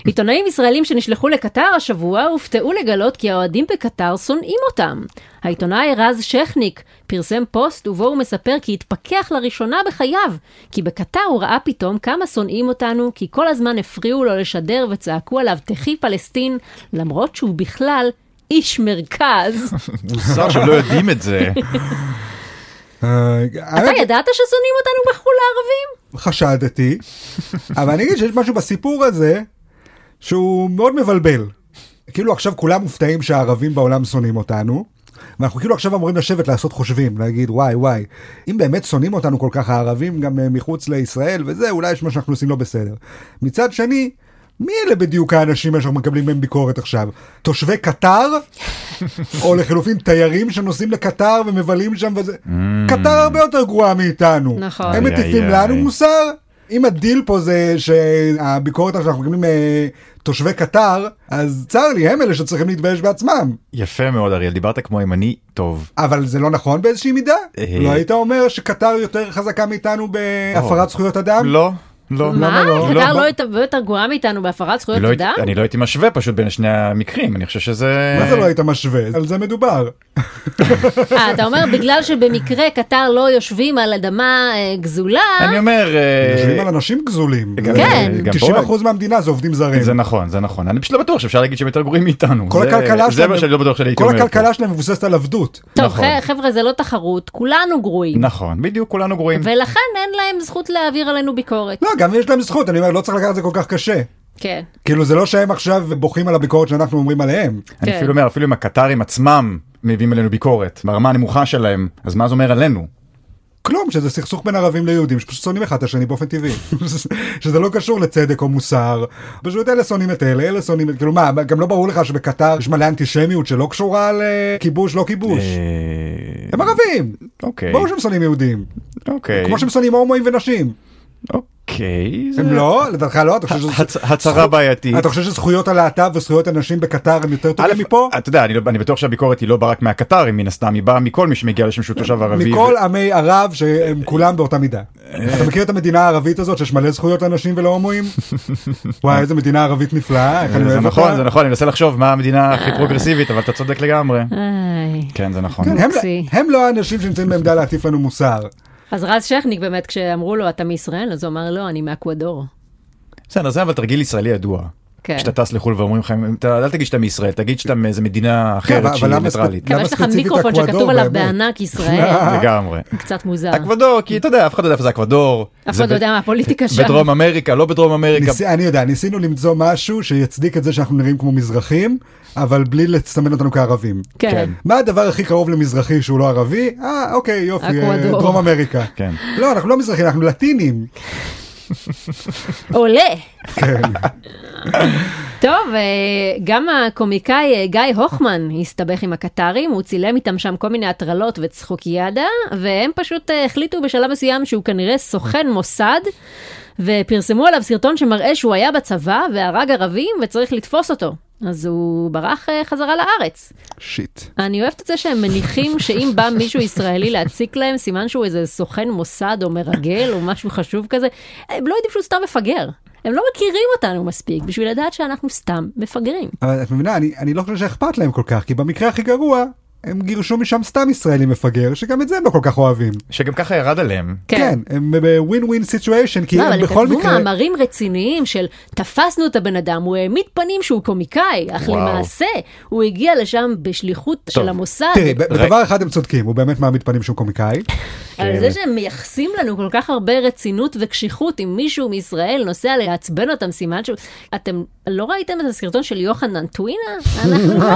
עיתונאים ישראלים שנשלחו לקטר השבוע הופתעו לגלות כי האוהדים בקטר שונאים אותם. העיתונאי רז שכניק פרסם פוסט ובו הוא מספר כי התפכח לראשונה בחייו, כי בקטר הוא ראה פתאום כמה שונאים אותנו, כי כל הזמן הפריעו לו לשדר וצעקו עליו תחי פלסטין, למרות שהוא בכלל איש מרכז. מוזר שהם לא יודעים את זה. אה, אתה האמת, ידעת ששונאים אותנו בחו"ל הערבים? חשדתי, אבל אני אגיד שיש משהו בסיפור הזה שהוא מאוד מבלבל. כאילו עכשיו כולם מופתעים שהערבים בעולם שונאים אותנו, ואנחנו כאילו עכשיו אמורים לשבת לעשות חושבים, להגיד וואי וואי, אם באמת שונאים אותנו כל כך הערבים גם אה, מחוץ לישראל וזה, אולי יש מה שאנחנו עושים לא בסדר. מצד שני, מי אלה בדיוק האנשים האלה שאנחנו מקבלים מהם ביקורת עכשיו? תושבי קטר? או לחילופין תיירים שנוסעים לקטר ומבלים שם וזה? קטר הרבה יותר גרועה מאיתנו. נכון. הם Mm. איי, מטיפים איי, לנו איי. מוסר. אם הדיל פה זה שהביקורת שאנחנו מקבלים מתושבי קטר, אז צר לי, הם אלה שצריכים להתבייש בעצמם. יפה מאוד, אריאל, דיברת כמו ימני טוב. אבל זה לא נכון באיזושהי מידה? אה. לא היית אומר שקטר יותר חזקה מאיתנו בהפרת או. זכויות אדם? לא, לא. מה? קטר לא לא. הייתה הרבה יותר גרועה מאיתנו בהפרת זכויות לא הייתי- אדם? אני לא הייתי משווה פשוט בין שני המקרים, אני חושב שזה... מה זה לא היית משווה? על זה מדובר. אה, אתה אומר בגלל שבמקרה קטר לא יושבים על אדמה אה, גזולה, אני אומר... אה, יושבים על אנשים גזולים. גם- אה, כן. גם פה- 90% מהמדינה זה עובדים זרים. זה נכון, זה נכון. אני פשוט לא בטוח שאפשר להגיד שהם יותר גרועים מאיתנו. כל זה- הכלכלה זה שלהם- מה שאני לא בטוח שאני הייתי כל אומר. הכלכלה שלהם מבוססת על עבדות. טוב נכון. ח- חבר'ה זה לא תחרות, כולנו פה. גרועים, נכון, בדיוק, כולנו גרועים. ולכן אין להם זכות להעביר עלינו ביקורת. לא, גם יש להם זכות, אני אומר, לא צריך לקחת את זה כל כך קשה. כן. כאילו זה לא שהם עכשיו בוכים על הביקורת שאנחנו אומרים עליהם. אני כן. אפילו אומר, אפילו אם הקטרים עצמם מביאים עלינו ביקורת, ברמה הנמוכה שלהם, אז מה זה אומר עלינו? כלום, שזה סכסוך בין ערבים ליהודים, שפשוט שונאים אחד את השני באופן טבעי. שזה לא קשור לצדק או מוסר, פשוט אלה שונאים את אלה, אלה שונאים את... כאילו מה, גם לא ברור לך שבקטר יש מלא אנטישמיות שלא קשורה לכיבוש, לא כיבוש. אה, הם ערבים! אוקיי, ברור שהם שונאים יהודים. אוקיי, כמו שהם שונאים הומואים ונשים. אוקיי, זה- הם לא? לדעתך לא? אתה חושב שזה- הצ- הצהרה בעייתית. אתה חושב שזכויות הלהט"ב וזכויות הנשים בקטר הם יותר א', טובים מפה? אתה יודע, אני לא- אני בטוח שהביקורת היא לא באה רק מהקטרים, מן הסתם, היא באה מכל מי שמגיע לשם שהוא תושב ערבי. מכל עמי ערב שהם כולם באותה מידה. ו- אתה מכיר את המדינה הערבית הזאת שיש מלא זכויות לאנשים ולהומואים? וואי, איזה מדינה ערבית נפלאה, איך אני זה אוהב נכון, אותה. זה נכון, אני מנסה לחשוב מה המדינה הכי פרוגרסיבית, אבל אתה צודק לגמרי. איי. כן, זה נכון. הם- מקסי. הם לא האנשים שנמצאים בעמדה להטיף לנו מוסר. אז רז שכניק באמת, כשאמרו לו, אתה מישראל? אז הוא אמר, לא, אני מאקוודור. בסדר, זה אבל תרגיל ישראלי ידוע. כן. כשאתה טס לחו"ל ואומרים לך, "אתה- אל תגיד שאתה מישראל, תגיד שאתה מאיזה מדינה אבל- אחרת אבל שהיא למה ניטרלית. ספציפית? כן, אבל כן, למה יש לך ספציפית מיקרופון אקוודור, שכתוב עליו באמת? בענק ישראל. לגמרי. קצת מוזר. אקוודור, כי אתה יודע, אף אחד לא יודע איפה זה אקוודור. אה. אף זה אחד לא ב- יודע מה הפוליטיקה שם. בדרום אמריקה, לא בדרום אמריקה. ניס- אני יודע, ניסינו למצוא משהו שיצדיק את זה שאנחנו נראים כמו מזרחים, אבל בלי לסמן אותנו כערבים. כן. כן. מה הדבר הכי קרוב למזרחי שהוא לא ערבי? אה, אוקיי, יופי, אה, אקוודור. דרום אמריקה. כן. לא, אנחנו לא מזרחים, אנחנו לטינים. עולה. כן. טוב, אה, גם הקומיקאי אה, גיא הוחמן הסתבך עם הקטרים, הוא צילם איתם שם כל מיני הטרלות וצחוקיאדה, והם פשוט אה, החליטו בשלב מסוים שהוא כנראה סוכן מוסד, ופרסמו עליו סרטון שמראה שהוא היה בצבא והרג ערבים וצריך לתפוס אותו. אז הוא ברח אה, חזרה לארץ. שיט. אני אוהבת את זה שהם מניחים שאם בא מישהו ישראלי להציק להם, סימן שהוא איזה סוכן מוסד או מרגל או משהו חשוב כזה, הם לא יודעים שהוא סתם מפגר. הם לא מכירים אותנו מספיק בשביל לדעת שאנחנו סתם מפגרים. אבל את מבינה, אני, אני לא חושב שאכפת להם כל כך, כי במקרה הכי גרוע, הם גירשו משם סתם ישראלי מפגר, שגם את זה הם לא כל כך אוהבים. שגם ככה ירד עליהם. כן, הם בווין ווין סיטואשן, כי כן. לא, הם אבל הם בכל כתבו מקרה... מאמרים רציניים של תפסנו את הבן אדם, הוא העמיד פנים שהוא קומיקאי, אך וואו. למעשה הוא הגיע לשם בשליחות של המוסד. תראי, ב- ר- בדבר אחד הם צודקים, הוא באמת מעמיד פנים שהוא קומיקאי. על זה שהם מייחסים לנו כל כך הרבה רצינות וקשיחות, אם מישהו מישראל נוסע לעצבן אותם, סימן שהוא... אתם לא ראיתם את הסרטון של יוחנן טווינה? אנחנו לא...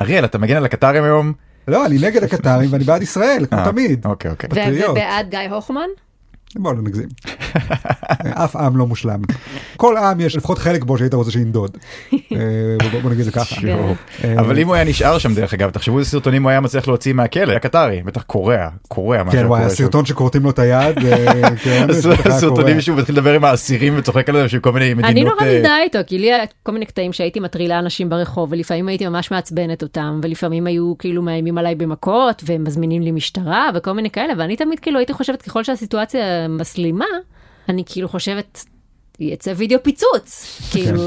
אריאל, אתה מגן על הקטרים היום? לא, אני נגד הקטרים ואני בעד ישראל, כמו אה, תמיד. אוקיי, אוקיי. ו- פטריוט. ובעד גיא הוחמן? בואו לא נגזים. אף עם לא מושלם. כל עם יש לפחות חלק בו שהיית רוצה שינדוד. אה, בוא- בוא נגיד את זה ככה. כן. אה, אבל אם הוא היה נשאר שם דרך אגב, תחשבו איזה סרטונים הוא היה מצליח להוציא מהכלא, היה קטרי, בטח קורע, קורע מה כן, שהיה וואי, קורה הסרטון שכורתים לו את היד, אה, כן, שם. יש לך קורע. הסרטונים שהוא מתחיל לדבר עם האסירים וצוחק עליהם של כל מיני מדינות. אני לא נורא אה, מזדהה איתו, כי לי היה כל מיני קטעים שהייתי מטרילה אנשים ברחוב, ולפעמים הייתי ממש מעצבנת אותם, ולפעמים היו כאילו מאיימים עליי במכות, והם מזמינים לי משטרה, וכל מיני כאלה, ואני תמיד כאילו הייתי חושבת, ככל שהסיטואציה מסלימה, אני כאילו חושבת, יצא וידאו פיצוץ. כאילו,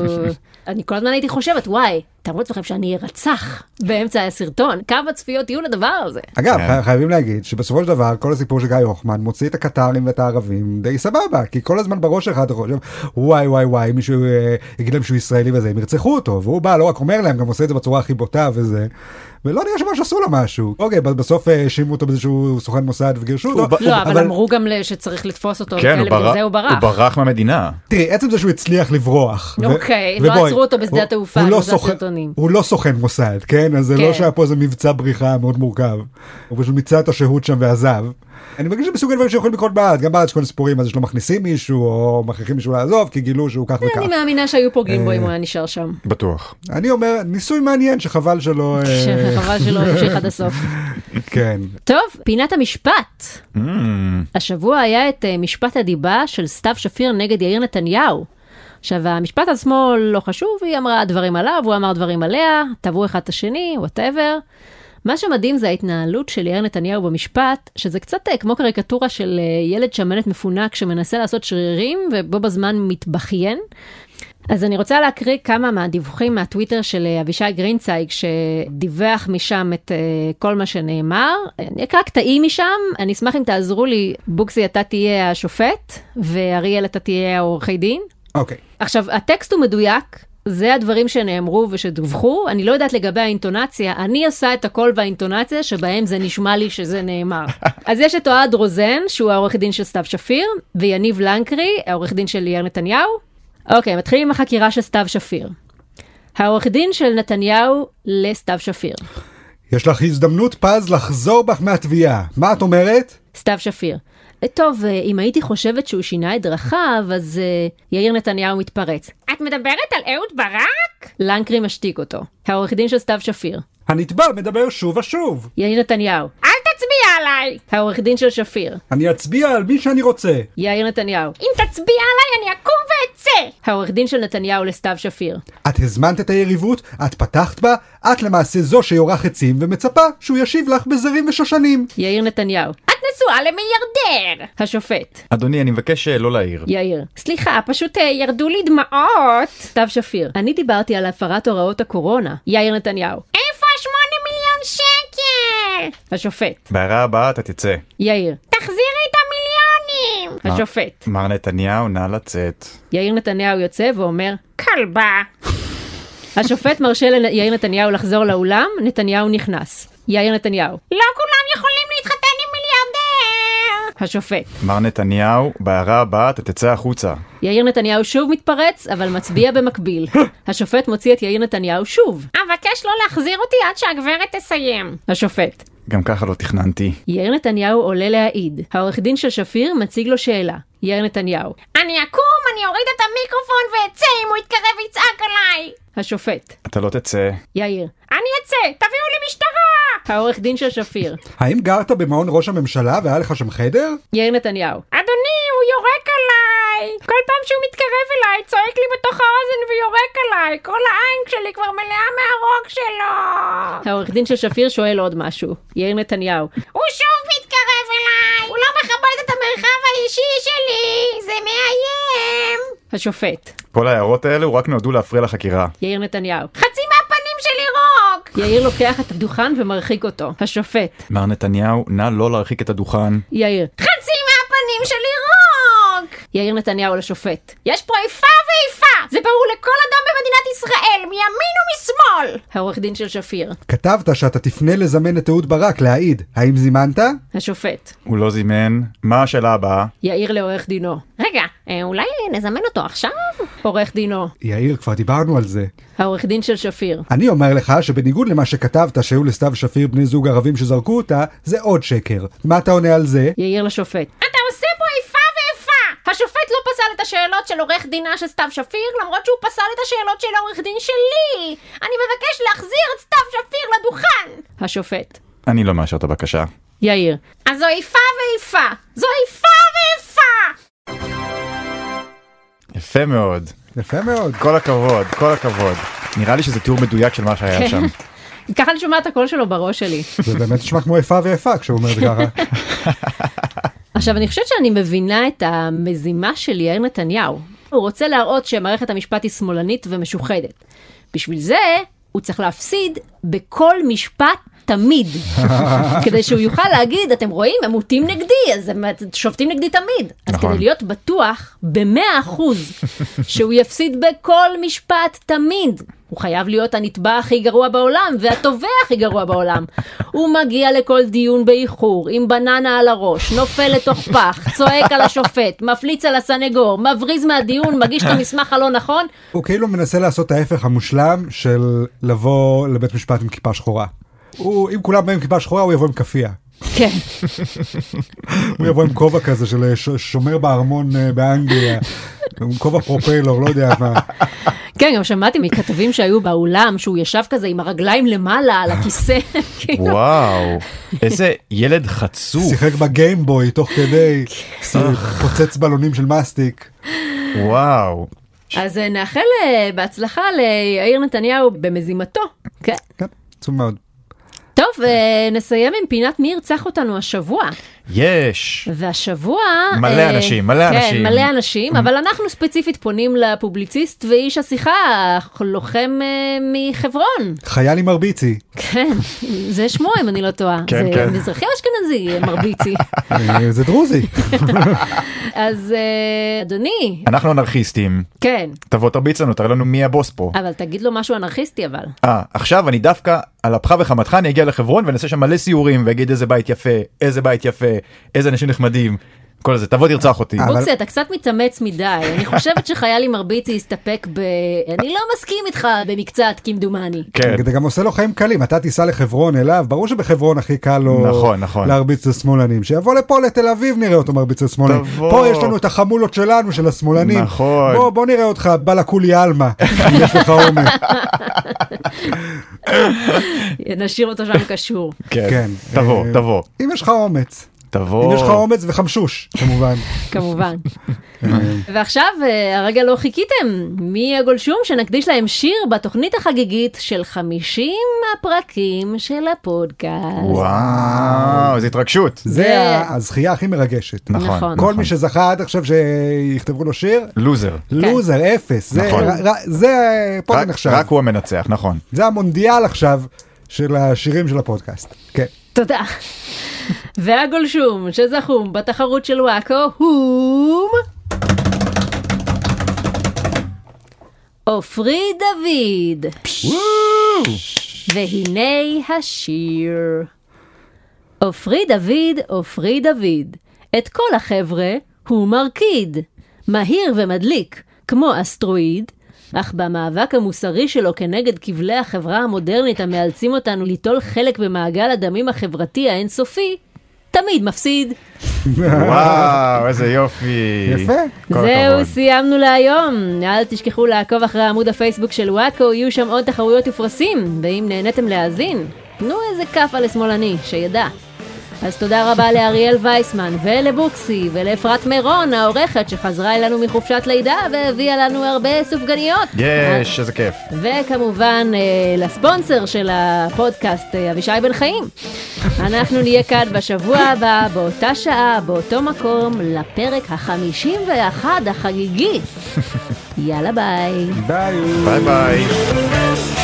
אני כל הזמן הייתי חושבת, וואי, תארו לעצמכם שאני ארצח באמצע הסרטון, כמה צפיות יהיו לדבר הזה. אגב, כן. חי- חייבים להגיד שבסופו של דבר כל הסיפור של גיא הוחמן מוציא את הקטרים ואת הערבים די סבבה, כי כל הזמן בראש שלך אתה חושב וואי וואי וואי מישהו אה, יגיד להם שהוא ישראלי וזה, הם ירצחו אותו, והוא בא לא רק אומר להם, גם עושה את זה בצורה הכי בוטה וזה, ולא נראה שממש עשו לו משהו. אוקיי, ב- בסוף אה, האשימו אותו בזה שהוא סוכן מוסד וגירשו הוא אותו. ב- לא, אבל אמרו גם ל- שצריך לתפוס אותו, כן, וכאלה, הוא בגלל ברח, זה הוא ברח. הוא ברח מהמדינה. תראי, עצם זה שהוא הצליח לברוח. ו- אוקיי, לא ובואי, עצרו אותו בשדה הוא- התעופה, הוא לא כמו זה סוכן- הסרטונים. הוא לא סוכן מוסד, כן? אז זה כן. לא שהיה פה איזה מבצע בריחה מאוד מורכב. הוא פשוט מיצה את השהות שם ועזב. אני מרגיש שבסוג הדברים שיכולים לקרות בארץ, גם בארץ יש כל מיני סיפורים, אז שלא מכניסים מישהו, או מכריחים מישהו לעזוב, כי גילו שהוא כך אני וכך. מאמינה שהיו פוגעים בו אה. אם הוא היה נשאר שם. בטוח. אני אומר, ניסוי מעניין שחבל שלא... אה, שחבל שלא המשיך עד הסוף. כן. טוב, פינת המשפט. השבוע היה את אה, משפט הדיבה של סתיו שפיר נגד יאיר נתניהו. עכשיו, המשפט עצמו לא חשוב, היא אמרה דברים עליו, הוא אמר דברים עליה, תבעו אחד את השני, וואטאבר. מה שמדהים זה ההתנהלות של יאיר נתניהו במשפט, שזה קצת אה, כמו קריקטורה של אה, ילד שמנת מפונק שמנסה לעשות שרירים ובו בזמן מתבכיין. אז אני רוצה להקריא כמה מהדיווחים מהטוויטר של אה, אבישי גרינצייג, שדיווח משם את אה, כל מה שנאמר. אני אקרא קטעים משם, אני אשמח אם תעזרו לי, בוקסי, אתה תהיה השופט, ואריאל, אתה תהיה העורכי דין. אוקיי. עכשיו, הטקסט הוא מדויק, זה הדברים שנאמרו ושדווחו, אני לא יודעת לגבי האינטונציה, אני עושה את הקול והאינטונציה שבהם זה נשמע לי שזה נאמר. אז יש את אוהד רוזן, שהוא העורך דין של סתיו שפיר, ויניב לנקרי, העורך דין של ליאר נתניהו. אוקיי, מתחילים עם החקירה של סתיו שפיר. העורך דין של נתניהו לסתיו שפיר. יש לך הזדמנות פז לחזור בך מהתביעה. מה את אומרת? סתיו שפיר. "אה, טוב, אה, אם הייתי חושבת שהוא שינה את דרכיו, אז אה, יאיר נתניהו מתפרץ. את מדברת על אהוד ברק? לנקרי משתיק אותו. העורך דין של סתיו שפיר. הנתבע מדבר שוב ושוב. יאיר נתניהו. אל תצביע עליי! העורך דין של שפיר. אני אצביע על מי שאני רוצה. יאיר נתניהו. אם תצביע עליי אני אקום ואצא! העורך דין של נתניהו לסתיו שפיר. את הזמנת את היריבות, את פתחת בה, את למעשה זו שיורה חצים ומצפה שהוא ישיב לך בזרים ושושנים. יאיר נתניהו. את נשואה למיליארדר! השופט. אדוני, אני מבקש אה, לא להעיר. יאיר. סליחה, פשוט אה, ירדו לי דמעות. סתיו שפיר, אני דיברתי על הפרת הוראות הקורונה. יאיר נתניהו. איפה השמונה מיליון שקל? השופט. בהערה הבאה אתה תצא. יאיר. תחזירי את המיליונים! מה? השופט. מר נתניהו, נא לצאת. יאיר נתניהו יוצא ואומר, כלבה. השופט מרשה ליאיר נתניהו לחזור לאולם, נתניהו נכנס. יאיר נתניהו. לא כולם יכולים להתחתן עם מיליארדר! השופט. מר נתניהו, בהערה הבאה אתה תצא החוצה. יאיר נתניהו שוב מתפרץ, אבל מצביע במקביל. השופט מוציא את יאיר נתניהו שוב. אבקש לא להחזיר אותי עד שהגברת תסיים. השופט. גם ככה לא תכננתי. יאיר נתניהו עולה להעיד. העורך דין של שפיר מציג לו שאלה. יאיר נתניהו. אני אקום, אני אוריד את המיקרופון ואצא אם הוא יתקרב ויצעק עליי! השופט. אתה לא תצא. יאיר. אני אצא, תביאו לי משטרה! העורך דין של שפיר. האם גרת במעון ראש הממשלה והיה לך שם חדר? יאיר נתניהו. אדוני, הוא יורק עליי! כל פעם שהוא מתקרב אליי, צועק לי בתוך האוזן ויורק עליי! כל העין שלי כבר מלאה מהרוק שלו! העורך דין של שפיר שואל עוד משהו. יאיר נתניהו. הוא שוב מתקרב אליי! הוא לא מכבד את המרחב האישי שלי! זה מאיים! השופט. כל ההערות האלו רק נועדו להפריע לחקירה. יאיר נתניהו. חצי מהפנים שלי רוק! יאיר לוקח את הדוכן ומרחיק אותו. השופט. מר נתניהו, נא לא להרחיק את הדוכן. יאיר. חצי מהפנים שלי רוק! יאיר נתניהו לשופט. יש פה איפה ואיפה! זה ברור לכל אדם במדינת ישראל, מימין ומשמאל! העורך דין של שפיר. כתבת שאתה תפנה לזמן את אהוד ברק להעיד. האם זימנת? השופט. הוא לא זימן. מה השאלה הבאה? יאיר לעורך דינו. רגע, אה, אולי נזמן אותו עכשיו? עורך דינו. יאיר, כבר דיברנו על זה. העורך דין של שפיר. אני אומר לך שבניגוד למה שכתבת שהיו לסתיו שפיר בני זוג ערבים שזרקו אותה, זה עוד שקר. מה אתה עונה על זה? יאיר לשופט. אתה עושה פה איפה ואיפה! השופט לא פסל את השאלות של עורך דינה של סתיו שפיר, למרות שהוא פסל את השאלות של העורך דין שלי! אני מבקש להחזיר את סתיו שפיר לדוכן! השופט. אני לא מאשר את הבקשה. יאיר. אז זו איפה ואיפה! זו איפה ואיפה! יפה מאוד. יפה מאוד. כל הכבוד, כל הכבוד. נראה לי שזה תיאור מדויק של מה כן, שהיה שם. ככה אני שומעת הקול שלו בראש שלי. זה באמת נשמע כמו איפה ואיפה כשהוא אומר את זה ככה. עכשיו, אני חושבת שאני מבינה את המזימה של יאיר נתניהו. הוא רוצה להראות שמערכת המשפט היא שמאלנית ומשוחדת. בשביל זה, הוא צריך להפסיד בכל משפט תמיד. כדי שהוא יוכל להגיד, אתם רואים, הם מוטים נגדי, אז הם שופטים נגדי תמיד. אז נכון. כדי להיות בטוח במאה אחוז שהוא יפסיד בכל משפט תמיד. הוא חייב להיות הנתבע הכי גרוע בעולם והתובע הכי גרוע בעולם. הוא מגיע לכל דיון באיחור, עם בננה על הראש, נופל לתוך פח, צועק על השופט, מפליץ על הסנגור, מבריז מהדיון, מגיש את המסמך הלא נכון. הוא כאילו מנסה לעשות ההפך המושלם של לבוא לבית משפט עם כיפה שחורה. הוא, אם כולם באים עם כיפה שחורה, הוא יבוא עם כאפיה. כן, הוא יבוא עם כובע כזה של אה, ש- שומר בארמון אה, באנגליה. עם כובע פרופלור, לא יודע מה. כן, גם שמעתי מכתבים שהיו באולם, שהוא ישב כזה עם הרגליים למעלה על הכיסא. כאילו, וואו, איזה ילד חצוף. שיחק בגיימבוי תוך כדי, אה, פוצץ בלונים של מסטיק. וואו. אז אה, נאחל אה, בהצלחה ליאיר נתניהו במזימתו. כן. כן, עצום מאוד. טוב, אה, נסיים עם פינת מי ירצח אותנו השבוע. יש. והשבוע... מלא אה, אנשים, מלא כן, אנשים. Mm-hmm. כן, מלא אנשים, אבל אנחנו ספציפית פונים לפובליציסט ואיש השיחה, לוחם אה, מחברון. חייל עם מרביצי. כן, זה שמו אם אני לא טועה. כן, זה כן. מזרחי או אשכנזי אה, מרביצי. אה, זה דרוזי. אז אה, אדוני, אנחנו אנרכיסטים. כן, תבוא תרביץ לנו, תראה לנו מי הבוס פה. אבל תגיד לו משהו אנרכיסטי אבל. אה, עכשיו אני דווקא על אפך וחמתך אני אגיע לחברון ונעשה שם מלא סיורים ואגיד איזה בית יפה, איזה בית יפה, איזה אנשים נחמדים, כל זה, תבוא תרצח אותי. אבל- בוקסי, אתה קצת מתאמץ מדי, אני חושבת שחייל עם מרביצי יסתפק ב... אני לא מסכים איתך במקצת כמדומני. כן, זה גם עושה לו חיים קלים, אתה תיסע לחברון אליו, ברור שבחברון הכי קל לו נכון, נכון. להרביץ לשמאלנים. שיבוא לפה לתל אביב נראה אותו מרביץ לשמאלנים. תבוא. פה יש לנו את החמולות שלנו, של השמאלנים. נכון. בוא, בוא נראה אותך, בא לקולי עלמא, אם יש לך עומק. נשאיר אותו שם קשור. כן, כן. תבוא, אה, תבוא, אם יש לך אומץ. תבוא. אם יש לך אומץ וחמשוש, כמובן. כמובן. ועכשיו, אה, הרגע לא חיכיתם. מי הגולשום שנקדיש להם שיר בתוכנית החגיגית של 50 הפרקים של הפודקאסט. וואו, וואו, איזו התרגשות. זה זה- ה- הזכייה הכי מרגשת. נכון. נכון. כן. כל מי שזכה עד עכשיו שיכתבו לו שיר, לוזר. לוזר, אפס. זה- נכון. ר- ר- זה פה זה רק- נחשב. רק הוא המנצח, נכון. זה המונדיאל עכשיו של השירים של הפודקאסט. כן. תודה. והגולשום שזכום בתחרות של וואקו הוא... עופרי דוד. והנה השיר. עופרי דוד, עופרי דוד, את כל החבר'ה הוא מרקיד. מהיר ומדליק, כמו אסטרואיד, אך במאבק המוסרי שלו כנגד כבלי החברה המודרנית המאלצים אותנו ליטול חלק במעגל הדמים החברתי האינסופי, תמיד מפסיד. וואו, איזה יופי. יפה. כל זהו, הכבוד. סיימנו להיום. אל תשכחו לעקוב אחרי עמוד הפייסבוק של וואקו, יהיו שם עוד תחרויות ופרסים, ואם נהניתם להאזין, תנו איזה כאפה לשמאלני, שידע. אז תודה רבה לאריאל וייסמן, ולבוקסי, ולאפרת מירון, העורכת שחזרה אלינו מחופשת לידה והביאה לנו הרבה סופגניות. יש, איזה כיף. וכמובן אה, לספונסר של הפודקאסט, אה, אבישי בן חיים. אנחנו נהיה כאן בשבוע הבא, באותה שעה, באותו מקום, לפרק החמישים ואחד החגיגי. יאללה ביי. ביי. ביי ביי.